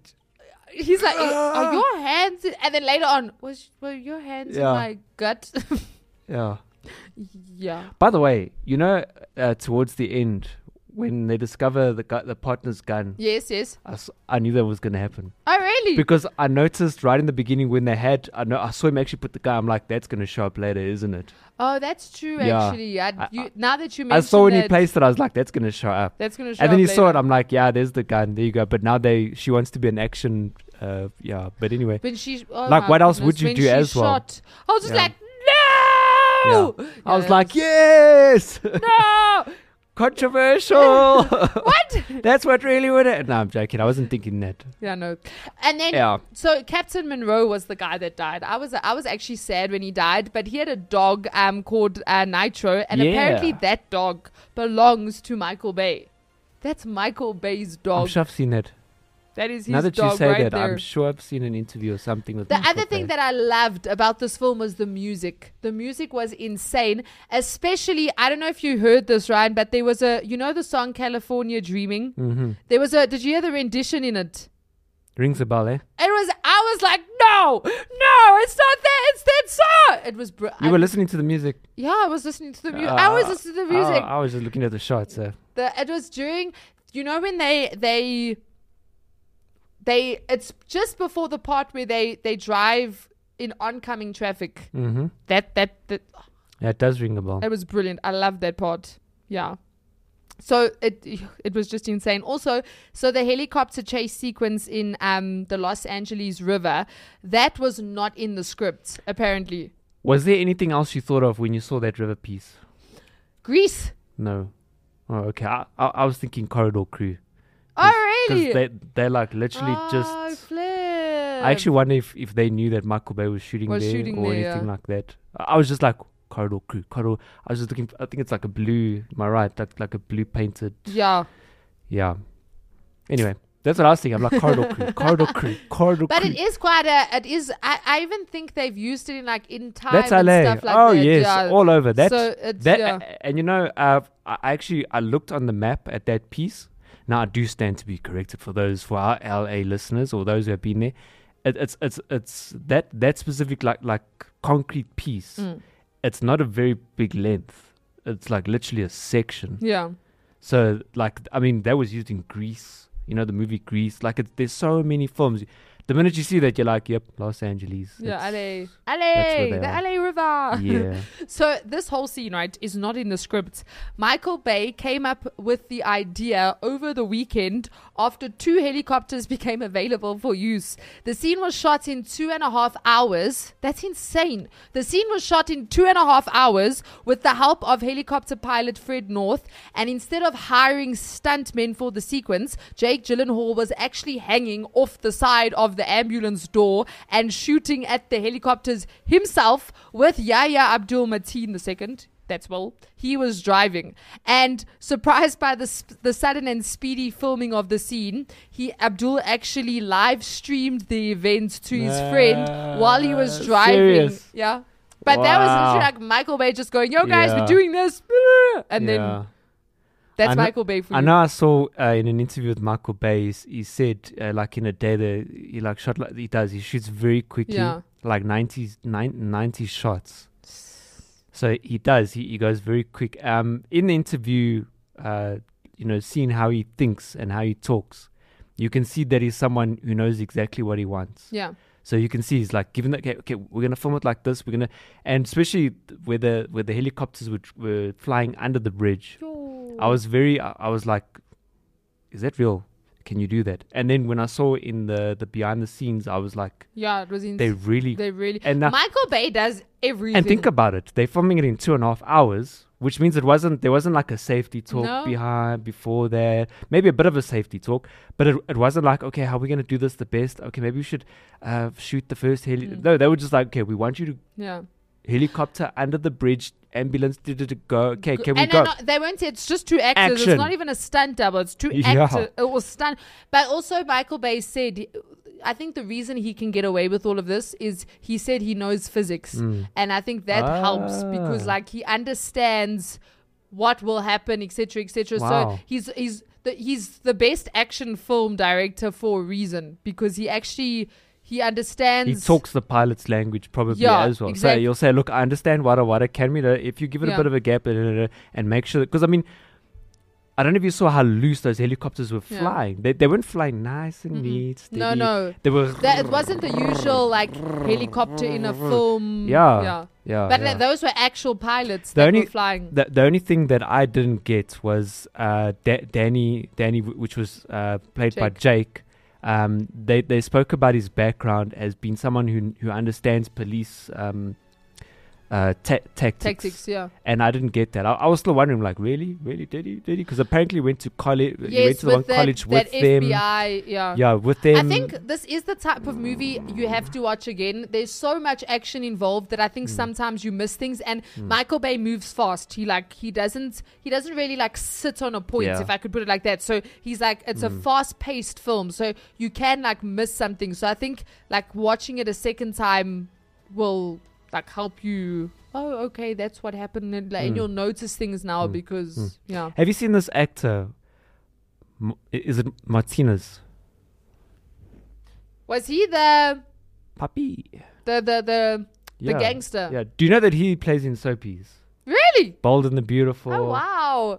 he's like, are your hands? in-" And then later on, was were your hands
Yeah.
in my gut?
yeah.
yeah.
By the way, you know, uh, towards the end when they discover the gu- the partner's gun,
Yes, yes.
I, s- I knew that was going to happen.
Oh, really?
Because I noticed right in the beginning when they had, I know I saw him actually put the guy. I'm like, that's going to show up later, isn't it?
Oh, that's true.
Yeah.
Actually, I,
I-
you, now that you
I
mentioned
saw when he
that-
placed it, I was like, that's going to show up.
That's gonna show
And
up
then he saw it.
later.
I'm like, yeah, there's the gun. There you go. But now they, she wants to be an action. Uh, yeah. But anyway,
when she oh
like,
my
what else would
goodness,
you
when
do
she
as
shot, I was just
Yeah.
like,
well?
no.
Yeah.
Yeah,
I was
that
like, yes.
no.
Controversial.
what?
that's what really would it. No, I'm joking. I wasn't thinking that.
Yeah, no. And then
Yeah.
so Captain Monroe was the guy that died. I was I was actually sad when he died, but he had a dog um called uh, Nitro, and
Yeah.
apparently that dog belongs to Michael Bay. That's Michael Bay's
I'm
dog.
sure I've seen it.
That is his
now that
dog
you say
right
that,
there.
I'm sure I've seen an interview or something with
The
Michael
other thing
Bay.
that I loved about this film was the music. The music was insane, especially I don't know if you heard this Ryan, but there was a you know the song California Dreaming?
Mhm.
There was a did you hear the rendition in it?
rings a bell, eh?
It was I was like, "No! No, it's not that. It's that song." It was br-
You
I-
were listening to the music.
Yeah, I was listening to the music. I was
Uh,
listening to the
I-
music.
I, was just looking at the shots. eh. So.
The it was during you know when they they they it's just before the part where they they drive in oncoming traffic.
Mm-hmm.
That that that
Yeah, it does ring a bell.
it was brilliant. I love that part. Yeah. So it it was just insane. Also, so the helicopter chase sequence in um the Los Angeles River, that was not in the script apparently.
Was there anything else you thought of when you saw that river piece?
Greece.
No. Oh, okay. I, I, I was thinking Corridor Crew.
Oh really?
Because they, they're like literally
Oh,
just.
flip.
I actually wonder if, if they knew that Michael Bay was shooting
Was
there
shooting
or
there, yeah.
anything like that. I I was just like, Corridor Crew, Corridor. I was just looking, I think it's like a blue, am I right? Like, like a blue painted.
Yeah.
Yeah. Anyway, that's what I was thinking. I'm like, Corridor Crew, Corridor Crew, Corridor
But
Crew.
it is quite a. It is. I, I even think they've used it in like in time
That's
and
LA.
stuff like
oh
that.
yes,
yeah.
all over. That's
so it's,
that.
yeah.
And you know, uh, I I actually I looked on the map at that piece. Now I do stand to be corrected for those for our LA listeners or those who have been there. it, it's it's it's that that specific like like concrete piece.
Mm.
It's not a very big length. It's like literally a section.
Yeah.
So like I mean that was used in Greece. You know the movie Greece. Like it's, there's so many films. The minute you see that, you're like, yep, Los Angeles.
Yeah, LA.
where
LA,
they
the
are.
LA River.
Yeah.
so this whole scene, right, is not in the script. Michael Bay came up with the idea over the weekend after two helicopters became available for use. The scene was shot in two and a half hours. That's insane. The scene was shot in two and a half hours with the help of helicopter pilot Fred North, and instead of hiring stuntmen for the sequence, Jake Gyllenhaal was actually hanging off the side of the ambulance door and shooting at the helicopters himself with Yahya Abdul Mateen II. That's well. He was driving, and surprised by the sp- the sudden and speedy filming of the scene, he Abdul actually live streamed the event to his friend while he was
Nah,
driving.
serious?
Yeah, but that was
Wow.
literally like Michael Bay just going, "Yo guys,
Yeah.
we're doing this," and then that's
I kn-
Michael Bay for
I
you.
know. I saw uh, in an interview with Michael Bay. He, he said, uh, like in a day, that he like shot like he does. He shoots very quickly,
Yeah.
like 90, nine- 90 shots. So he does. He, he goes very quick. Um, in the interview, uh, you know, seeing how he thinks and how he talks, you can see that he's someone who knows exactly what he wants.
Yeah.
So you can see he's like given that okay, okay, we're gonna film it like this. We're gonna, and especially th- where the where the helicopters were, were flying under the bridge. I was very, I, I was like, is that real? Can you do that? And then when I saw in the the behind the scenes, I was like,
Yeah, it was in
They really-
they really
and now-
Michael Bay does everything.
and think about it, they're filming it in two and a half hours, which means it wasn't there wasn't like a safety talk
No.
behind before that. Maybe a bit of a safety talk, but it, it wasn't like okay, how are we gonna do this the best? Okay, maybe we should uh, shoot the first heli. No, they were just like okay, we want you to
Yeah.
helicopter under the bridge, ambulance, duh, duh, duh, go. Okay, can we
and
go?
then, uh, they won't say it's just two actors. It's
Action.
not even a stunt double. It's two
Yeah.
actors. It was stunt. But also, Michael Bay said, I think the reason he can get away with all of this is he said he knows physics.
Hmm.
Mm.
And I think that helps because,
Ah.
like, he understands what will happen, etc., etc.
Wow.
So he's, he's, the, he's the best action film director for a reason because he actually. He understands.
he talks the pilot's language probably
Yeah,
as well. So
exact-
you'll say, look, I understand wada wada. Can we? uh, If you give it a
Yeah.
bit of a gap uh, uh, uh, and make sure, because I mean, I don't know if you saw how loose those helicopters were
Yeah.
flying. They, they weren't flying nice and neat. Steady.
No, no.
They were.
That, it wasn't the usual like helicopter in a film.
Yeah,
Yeah.
yeah,
But
yeah.
th- those were actual pilots
the
that
only
were flying.
The, the only thing that I didn't get was uh, da- Danny Danny, w- which was uh, played by
Jake.
Jake. Um, they they spoke about his background as being someone who who understands police um, uh, ta- tactics.
Tactics, yeah.
And I didn't get that. I, I was still wondering, like, really, really, did he, did he? Because apparently, he went to college. he went
yes,
to the one
with that,
college
that
with them.
FBI. Yeah.
Yeah, with
I
them.
think this is the type of movie you have to watch again. There's so much action involved that I think
Mm.
sometimes you miss things. And
Mm.
Michael Bay moves fast. He like he doesn't he doesn't really like sit on a point,
Yeah.
if I could put it like that. So he's like it's a
Mm.
fast paced film, so you can like miss something. So I think like watching it a second time will like help you. Oh, okay, that's what happened, and, like, and
Mm.
you'll notice things now because
Mm.
yeah.
Have you seen this actor? M- i- Is it Martinez?
Was he the
Puppy.
the the the, the gangster?
Yeah. Do you know that he plays in soapies?
Really?
Bold and the Beautiful.
Oh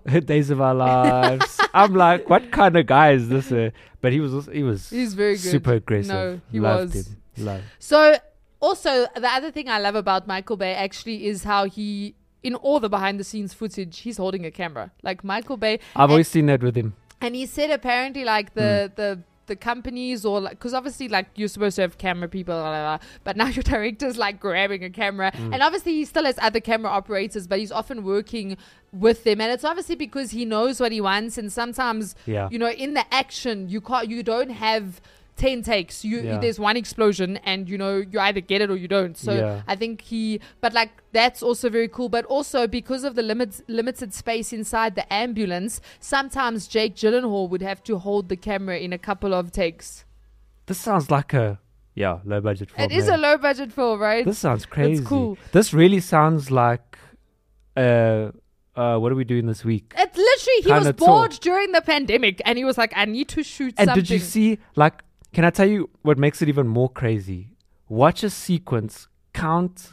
wow.
Days of Our Lives. I'm like, what kind of guy is this? eh? But he was also, he was
He's very good.
super aggressive.
No, he
Loved
was.
him. Loved.
So also the other thing I love about Michael Bay actually is how he in all the behind the scenes footage he's holding a camera. Like Michael Bay
I've
and,
always seen that with him. Hmm.
and he said apparently like the the the companies or like because obviously like you're supposed to have camera people blah, blah, blah, but now your director's like grabbing a camera
Mm.
and obviously he still has other camera operators but he's often working with them and it's obviously because he knows what he wants and sometimes
Yeah.
you know in the action you can't you don't have 10 takes you
Yeah.
there's one explosion and you know you either get it or you don't so
Yeah.
I think he, but like that's also very cool. But also because of the limits, limited space inside the ambulance, sometimes Jake Gyllenhaal would have to hold the camera in a couple of takes.
This sounds like a yeah low budget film.
It is
eh?
a low budget film, right?
This sounds crazy.
It's cool.
This really sounds like uh uh what are we doing this week?
It's literally he
Kinda
was
tall.
bored during the pandemic and he was like, I need to shoot
And
something.
did you see like Can I tell you what makes it even more crazy? Watch a sequence, count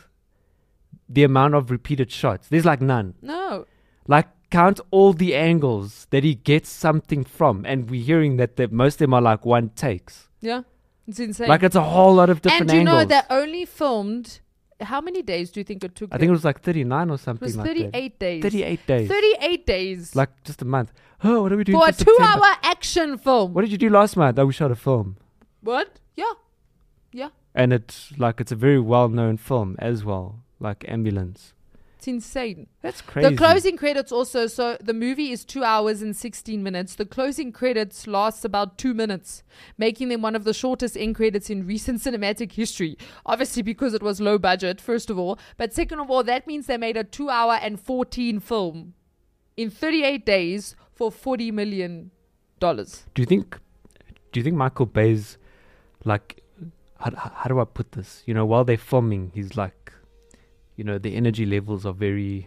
the amount of repeated shots. There's like none.
No.
Like count all the angles that he gets something from, and we're hearing that that most of them are like one takes.
Yeah. It's insane.
Like it's a whole lot of different
And you know
angles.
they only filmed how many days do you think it took?
I think it
them?
was like 39 or something
was
like that.
38 days.
38 days.
38 days.
Like just a month. Oh, what are we doing
for a
for September?
two-hour action film.
What did you do last month? Oh, we shot a film,
What? Yeah. Yeah.
and it's like it's a very well-known film as well, like Ambulance.
It's insane.
That's crazy.
The closing credits also. So the movie is two hours and 16 minutes. The closing credits lasts about two minutes, making them one of the shortest end credits in recent cinematic history. Obviously, because it was low budget, first of all. But second of all, that means they made a two hour and 14 film in 38 days for $40 million.
Do you think? Do you think Michael Bay's like? How, how do I put this? You know, while they're filming, he's like, you know, the energy levels are very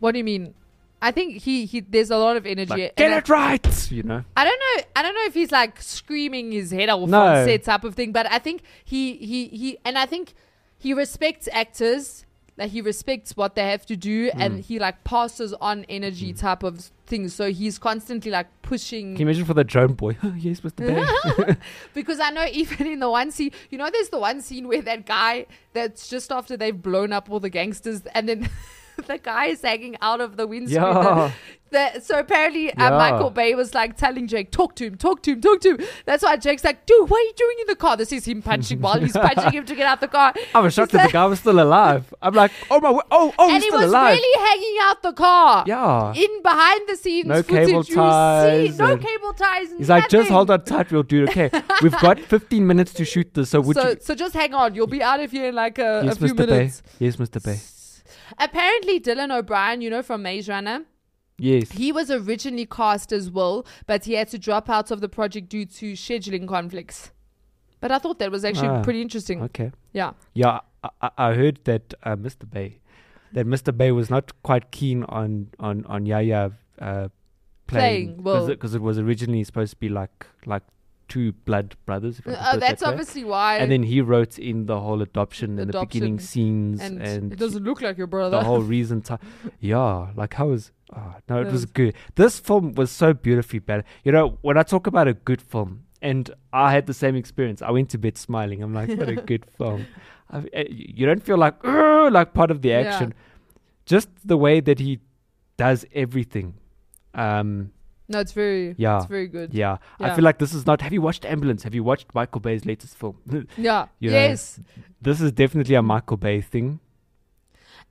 What do you mean? I think he, he there's a lot of energy.
like,
and
get
I-
it right. You know,
I don't know. I don't know if he's like screaming his head off
No.
on set type of thing, but I think he he he and I think he respects actors. Like he respects what they have to do, and
Mm.
he like passes on energy type of things. So he's constantly like pushing.
Hmm. can you imagine for the drone boy? yes, Mr. Bay.
Because I know even in the one scene, you know, there's the one scene where that guy that's just after they've blown up all the gangsters, and then the guy is hanging out of the windscreen.
Yeah.
The- so apparently, uh,
Yeah.
Michael Bay was like telling Jake, "Talk to him, talk to him, talk to him." That's why Jake's like, "Dude, what are you doing in the car?" This is him punching while he's punching him to get out the car.
I was shocked that the guy was still alive. I'm like, oh my, wo- oh oh,
and
he's
he
still
was
alive.
really hanging out the car.
Yeah.
In behind the scenes
No
footage,
cable
you
ties
see no
and-
cable ties.
He's like, just
nothing."
hold on tight, we'll do it. Okay, we've got 15 minutes to shoot this, so would
so,
you?
so just hang on. You'll be out of here in like a,
Yes,
a few
Mr. Bay.
minutes.
Yes, Mr. Bay.
Apparently, Dylan O'Brien, you know, from Maze Runner,
Yes.
he was originally cast as Will, but he had to drop out of the project due to scheduling conflicts. But I thought that was actually
Ah,
pretty interesting.
Okay.
Yeah.
Yeah, I, I, I heard that uh, Mr. Bay, that Mr. Bay was not quite keen on on on Yaya uh,
Playing
playing
Will.
because it, was originally supposed to be like like two blood brothers. if I can
Oh,
put it
that's
that way.
obviously why.
And then he wrote in the whole adoption and the beginning
Adoption.
scenes
And
and,
it doesn't look like your brother.
the whole reason. ti- yeah, like how was? Oh, no,
That
it was
was-
good. This film was so beautifully bad. You know, when I talk about a good film, and I had the same experience. I went to bed smiling. I'm like, what a good film. I, I- you don't feel like "Ugh," like part of the
Yeah.
action. Just the way that he does everything. Um,
No, it's very,
yeah,
it's very good.
Yeah. I feel like this is not. Have you watched Ambulance? Have you watched Michael Bay's latest film?
Yeah.
You know,
Yes.
this is definitely a Michael Bay thing.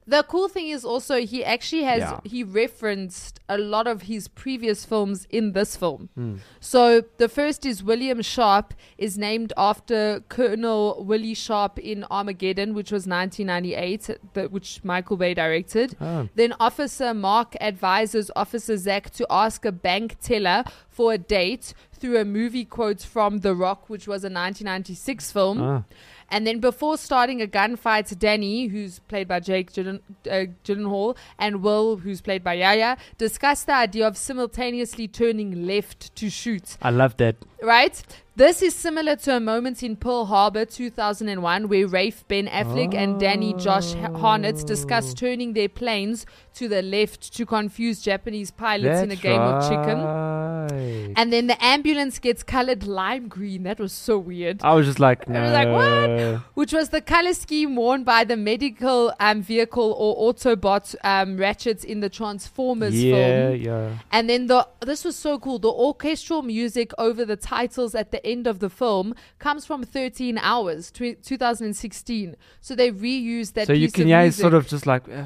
The cool thing is also he actually has
Yeah.
he referenced a lot of his previous films in this film. So the first is William Sharp is named after Colonel Willie Sharp in Armageddon, which was 1998, that which Michael Bay directed.
Oh.
Then Officer Mark advises Officer Zach to ask a bank teller for a date through a movie quote from The Rock, which was a 1996 film.
Ah.
And then before starting a gunfight, Danny, who's played by Jake Gyllen- uh, Gyllenhaal, and Will, who's played by Yaya, discuss the idea of simultaneously turning left to shoot.
I love that.
Right? This is similar to a moment in Pearl Harbor 2001 where Rafe Ben Affleck and Danny Josh Ha- Harnett discuss
Oh.
turning their planes to the left to confuse Japanese pilots in a game of chicken.
chicken.
And then the ambulance gets colored lime green. That was so weird.
I was just like, no.
I was like,
Uh.
what? Which was the color scheme worn by the medical um, vehicle or Autobot um, ratchets in the Transformers
Yeah,
film.
yeah.
And then the this was so cool. The orchestral music over the titles at the end of the film comes from 13 Hours, tw- 2016. So they reused that.
so you
piece
can,
of
yeah, it's
music.
sort of just like, uh,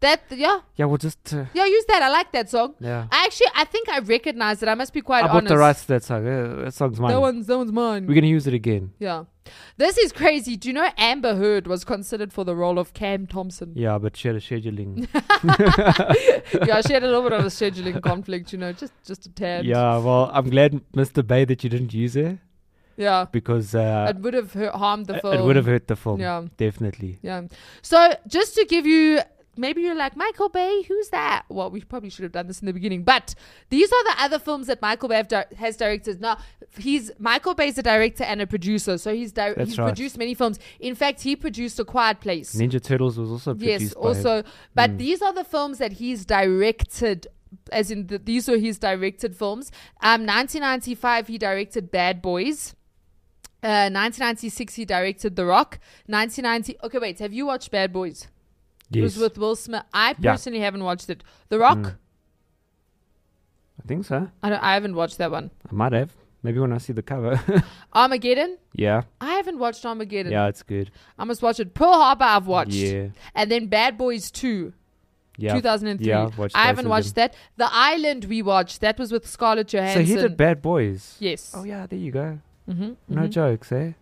that. Yeah,
yeah, we'll just. Uh,
yeah, use that. I like that song.
Yeah.
I actually, I think I recognize it. I must be
I
quite
bought
honest.
the rights to that song. Uh, that song's mine.
That one's that one's mine.
We're going to use it again.
Yeah. This is crazy. Do you know Amber Heard was considered for the role of Cam Thompson?
Yeah, but she had a scheduling.
yeah, she had a little bit of a scheduling conflict, you know, just just a tad.
yeah, well, I'm glad, Mr. Bay, that you didn't use it.
Yeah.
Because uh,
it would have hurt, harmed the
it-
film.
it would have hurt the film.
Yeah.
Definitely.
Yeah. So just to give you maybe you're like Michael Bay, who's that? Well, we probably should have done this in the beginning, but these are the other films that Michael Bay have di- has directed. Now, he's Michael Bay's a director and a producer, so he's di-
That's
he's
right.
produced many films. In fact, he produced A Quiet Place.
Ninja Turtles was also produced
Yes,
by
also,
him.
but
Mm.
these are the films that he's directed. As in, the, these are his directed films. Um, 1995, he directed Bad Boys. Uh, 1996, he directed The Rock. 1990. Okay, wait. Have you watched Bad Boys? It was
Yes.
with Will Smith. I
Yeah.
personally haven't watched it. The Rock.
Mm. I think so.
I don't. I haven't watched that one.
I might have. Maybe when I see the cover.
Armageddon.
yeah.
I haven't watched Armageddon.
Yeah, it's good.
I must watch it. Pearl Harbor. I've watched.
Yeah.
And then Bad Boys Two.
Yeah.
2003.
Yeah, I've watched
I
both
haven't
of
watched
them.
that. The Island we watched. That was with Scarlett Johansson.
So he did Bad Boys.
Yes. Oh
yeah, there you go.
hmm
No jokes, eh?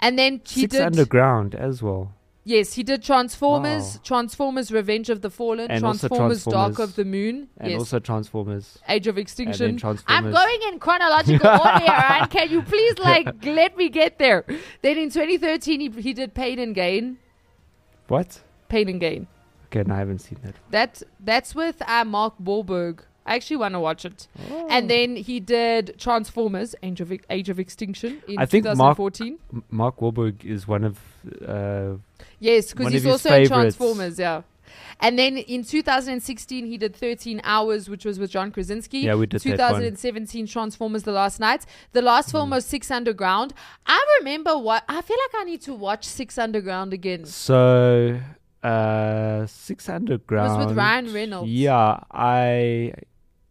And then he
Six
did.
Underground as well.
Yes, he did Transformers,
Wow.
Transformers: Revenge of the Fallen,
And also
Transformers, Dark
Transformers.
of the Moon,
And
yes,
also Transformers.
Age of
And
Extinction.
then
I'm
Transformers.
going in chronological order, and can you please like let me get there? Then in 2013, he, he did Pain and Gain,
What?
Pain and Gain.
Okay, no, I haven't seen that.
That that's with uh, Mark Wahlberg. I actually want to watch it.
Oh.
And then he did Transformers: Age of Age of Extinction in
I think Mark,
2014.
M- Mark Wahlberg is one of. Uh,
Yes,
one
because
of
he's
his
also in
favorites.
Transformers, yeah. And then in 2016, he did 13 Hours, which was with John Krasinski.
Yeah, we did that one.
2017, Transformers The Last Night. The last
Mm.
film was Six Underground. I remember what. I feel like I need to watch Six Underground again.
So, uh, Six Underground.
Ryan Reynolds.
Yeah, I.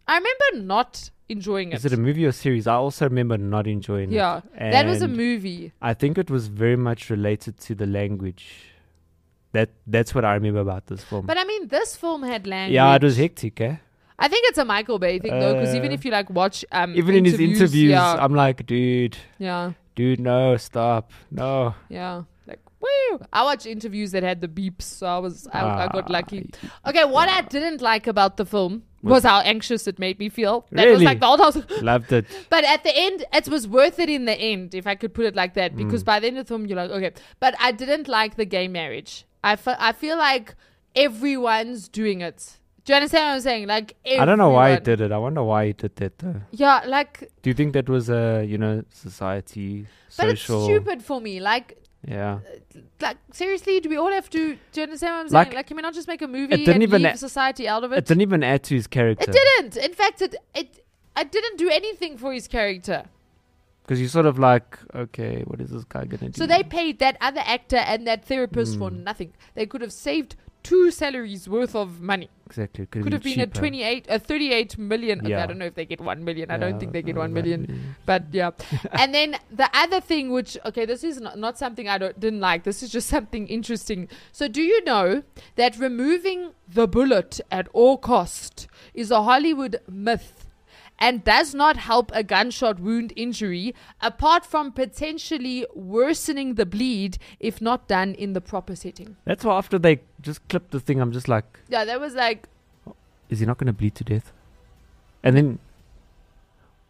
I remember not enjoying it.
Is it a movie or series? I also remember not enjoying
Yeah,
it.
that was a
And
movie.
I think it was very much related to the language. That That's what I remember about this film.
But I mean, this film had language.
yeah, it was hectic, eh?
I think it's a Michael Bay thing, though, because
Uh,
even if you like watch. Um,
Even in his interviews,
yeah,
I'm like, dude.
Yeah.
Dude, no, stop. No.
Yeah. Like, woo! I watched interviews that had the beeps, so I was I, I got
Ah,
lucky. Okay, what I didn't like about the film
Was-
was how anxious it made me feel. That was
Really?
like the whole time.
Loved it.
But at the end, it was worth it in the end, if I could put it like that, because
Mm.
by the end of the film, you're like, okay. But I didn't like the gay marriage. I fe- I feel like everyone's doing it. Do you understand what I'm saying? Like, everyone.
I don't know why he did it. I wonder why he did that, though.
Yeah, like,
Do you think that was a, you know, society,
but
social?
it's stupid for me. Like, uh,
Yeah.
like seriously, do we all have to? Do you understand what I'm
Like,
saying? Like, can we not just make a movie
didn't
and
even
leave
a-
society out of
It
it?
didn't even add to his character.
It didn't. In fact, it it it didn't do anything for his character.
Because you're sort of like, okay, what is this guy going to do?
So they paid that other actor and that therapist for
Mm.
nothing. They could have saved two salaries worth of money.
Exactly.
Could have been a
cheaper.
28, a 38 million. okay, I
Yeah.
don't know if they get 1 million. I
Yeah,
don't think they get
uh,
1
that
million. But yeah. and then the other thing, which, okay, this is not, not something I don't, didn't like. This is just something interesting. So, do you know that removing the bullet at all cost is a Hollywood myth and does not help a gunshot wound injury apart from potentially worsening the bleed if not done in the proper setting?
That's why after they just clipped the thing, I'm just like,
Yeah, that was like,
is he not going to bleed to death? And then,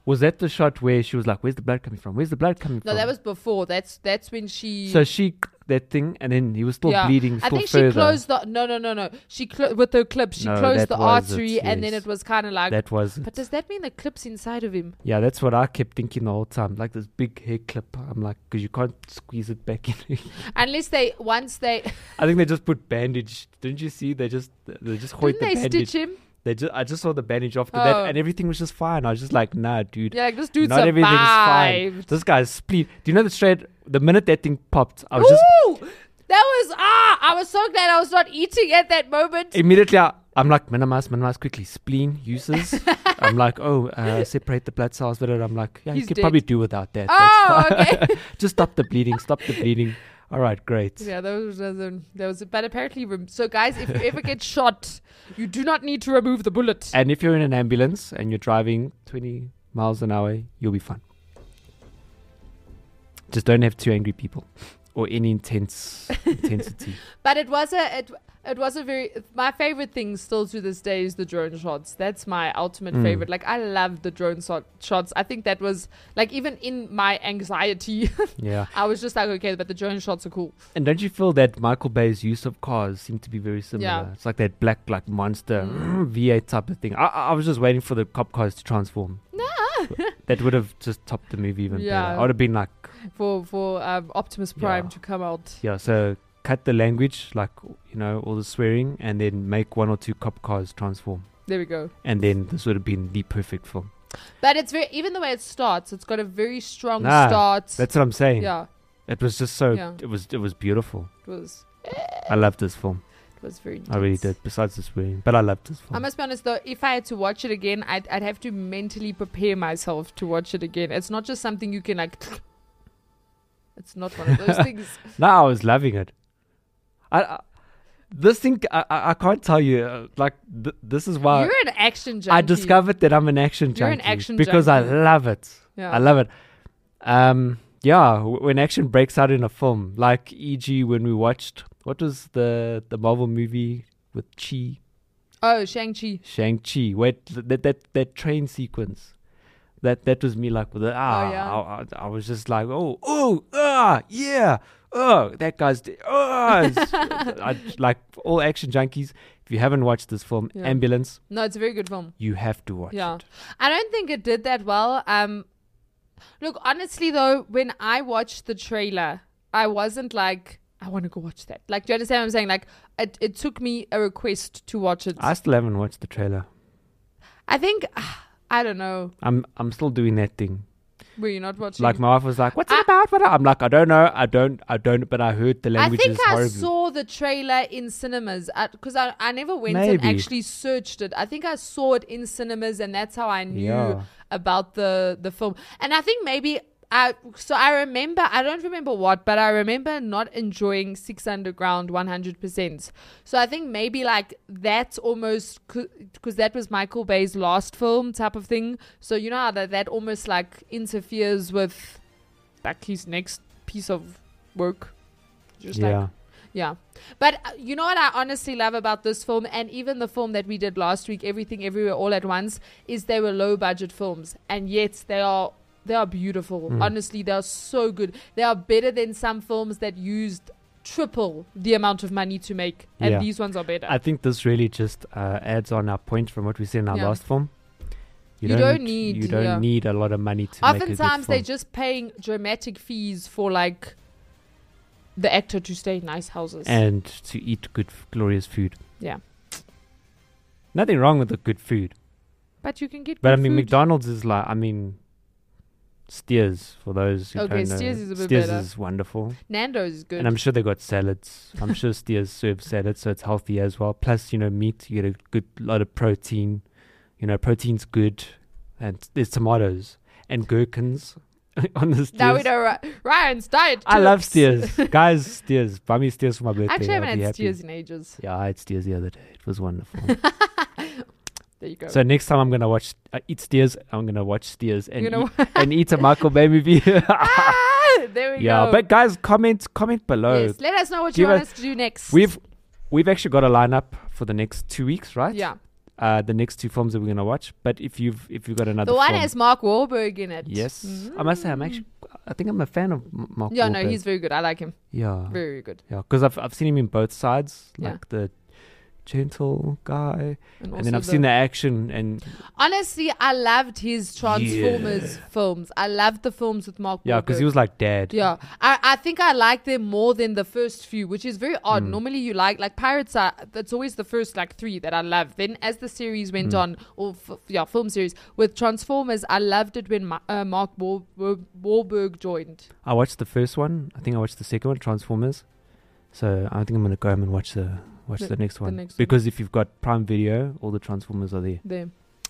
was that the shot where she was like, where's the blood coming from? Where's the blood coming
no,
from?
that was before. That's that's when she.
So she, that thing, and then he was still bleeding still
I think
further.
she closed the no no no no. She clo- with her clips she
No,
closed
that
the
was it,
artery and then
yes.
it was kind of like
That was
But does that mean the clips inside of him?
Yeah, that's what I kept thinking the whole time. Like this big hair clip. I'm like, because you can't squeeze it back in.
Unless they once they
I think they just put bandage. Didn't you see? They just they just
didn't
hoiked the
they
bandage.
stitch him?
They just I just saw the bandage after
Oh.
that, and everything was just fine. I was just like, nah, dude.
Yeah, like, this dude
not everything's fine.
survived.
This guy's spleen. Do you know the straight? The minute that thing popped, I was just
Woo! That was ah! I was so glad I was not eating at that moment.
immediately. I, I'm like, minimize, minimize quickly. Spleen uses. I'm like, oh, uh, separate the blood cells. But I'm like, yeah,
He's
you could
dead.
probably do without that.
Oh,
fine.
okay.
just stop the bleeding. Stop the bleeding. All right, great.
Yeah, that was that was, um, that was but apparently rem- so guys, if you ever get shot, you do not need to remove the bullet.
And if you're in an ambulance and you're driving 20 miles an hour, you'll be fine. Just don't have two angry people.
or any intense intensity.
But it was a it, it was a very my favorite thing still to this day is the drone shots. That's my ultimate
Mm.
favorite. Like I love the drone shot, shots. I think that was like even in my anxiety,
Yeah.
I was just like okay, but the drone shots are cool.
And don't you feel that Michael Bay's use of cars seem to be very similar?
Yeah.
It's like that black like monster
Mm.
V8 type of thing. I, I I was just waiting for the cop cars to transform.
No.
That would have just topped the movie even better.
Yeah.
I would have been like,
for for um, Optimus Prime to come out.
yeah, so cut the language, like you know, all the swearing, and then make one or two cop cars transform.
There we go.
And then this would have been the perfect film.
But it's very even the way it starts. It's got a very strong
Nah,
start.
That's what I'm saying.
Yeah,
It was just so
Yeah.
it was it was beautiful.
it was
I loved this film.
it was very.
I really did, besides the swearing. But I loved this film.
I must be honest though, if I had to watch it again, I'd, I'd have to mentally prepare myself to watch it again. It's not just something you can like. It's not one of those things.
no, I was loving it. I, I this thing I, I I can't tell you. Uh, like th- this is why
You're an action junkie.
I discovered that I'm an action
You're an
junkie
action
because
junkie.
I love it.
Yeah.
I love it. Um, yeah, w- when action breaks out in a film, like e.g. when we watched what was the the Marvel movie with Chi
Oh, Shang Chi.
Shang Chi. Wait, th- that that that train sequence. That that was me like with the ah.
Oh, yeah.
I, I, I was just like oh oh ah yeah oh that guy's d- ah. It's- I, like all action junkies. If you haven't watched this film,
Yeah.
Ambulance,
No, it's a very good film.
you have to watch.
yeah. I don't think it did that well. Um look, honestly though, when I watched the trailer, I wasn't like I want to go watch that. Like, do you understand what I'm saying? Like, it, it took me a request to watch it.
I still haven't watched the trailer.
I think, ah, I don't know.
I'm I'm still doing that thing.
Were you not watching?
Like my wife was like, "What's it about?" What I'm like, "I don't know. I don't. I don't." But I heard the
I
language
think
is
I
horrible.
saw the trailer in cinemas because I, I never went and
Maybe.
actually searched it. I think I saw it in cinemas, and that's how I knew
Yeah.
about the the film. And I think maybe I so I remember I don't remember what, but I remember not enjoying Six Underground one hundred percent. So I think maybe like that's almost because that was Michael Bay's last film type of thing. So you know how that that almost like interferes with like his next piece of work. Just like
yeah.
yeah. But uh, you know what I honestly love about this film and even the film that we did last week, Everything Everywhere All at Once, is they were low budget films and yet they are they are beautiful.
Mm.
Honestly, they are so good. They are better than some films that used triple the amount of money to make and
Yeah.
these ones are better.
I think this really just uh, adds on our point from what we said in our
Yeah.
last film.
You don't need-
you don't
yeah.
need a lot of money to make a good
Oftentimes they're
film.
just paying dramatic fees for like the actor to stay in nice houses.
and to eat good, f- glorious food.
yeah.
Nothing wrong with the good food,
But you can get
but I
good
mean
food.
McDonald's is like I mean Steers for those who
Okay,
don't know.
Steers is a bit
Steers
better.
is wonderful.
Nando's is Oh, good.
And I'm sure they got salads. I'm sure Steers serve salads, so it's healthy as well. Plus, you know, meat, you get a good lot of protein. You know, protein's good. And there's tomatoes and gherkins on the Steers.
Now we know Ry- Ryan's diet.
I love
tips.
steers. Guys, steers. Buy me steers for my birthday.
I actually
I'll
haven't
be
had
happy.
steers in ages.
Yeah, I had steers the other day. It was wonderful.
There you go.
so next time I'm gonna watch, uh, eat steers. I'm gonna watch steers and
You know
eat, and eat a Michael Bay movie.
Ah, there we
yeah,
go.
but guys, comment comment below.
yes, let us know what you
Give
want
us-
us to do next.
We've we've actually got a lineup for the next two weeks, right?
Yeah.
Uh, the next two films that we're gonna watch. But if you've if you've got another,
the one
film-
has Mark Wahlberg in it.
Yes, I must say I'm actually I think I'm a fan of M- Mark.
yeah, no,
Wahlberg.
he's very good. I like him.
Yeah.
Very, very good.
Yeah, because I've I've seen him in both sides,
Yeah.
like the gentle guy, and,
And also
then I've seen
the-
the action and
Honestly, I loved his Transformers films. I loved the films with Mark
yeah, because he
Wahlberg.
was like dad.
Yeah, I, I think I like them more than the first few, which is very
Hmm.
odd. Normally, you like like Pirates are that's always the first like three that I love. Then as the series went
Mm.
on, or f- yeah, film series with Transformers, I loved it when Ma- uh, Mark Wahl- Wahl- Wahlberg joined.
I watched the first one. I think I watched the second one, Transformers. So I think I'm gonna go home and watch the watch
The-
the, next
the
one
next one.
because if you've got Prime Video, all the Transformers are there.
There,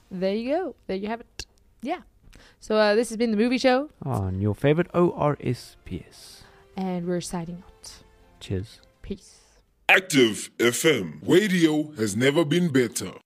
there you go. There you have it. Yeah. So uh, this has been the movie show,
Oh, and your favorite ORSPS.
and we're signing out.
Cheers.
Peace.
Active FM. Radio has never been better.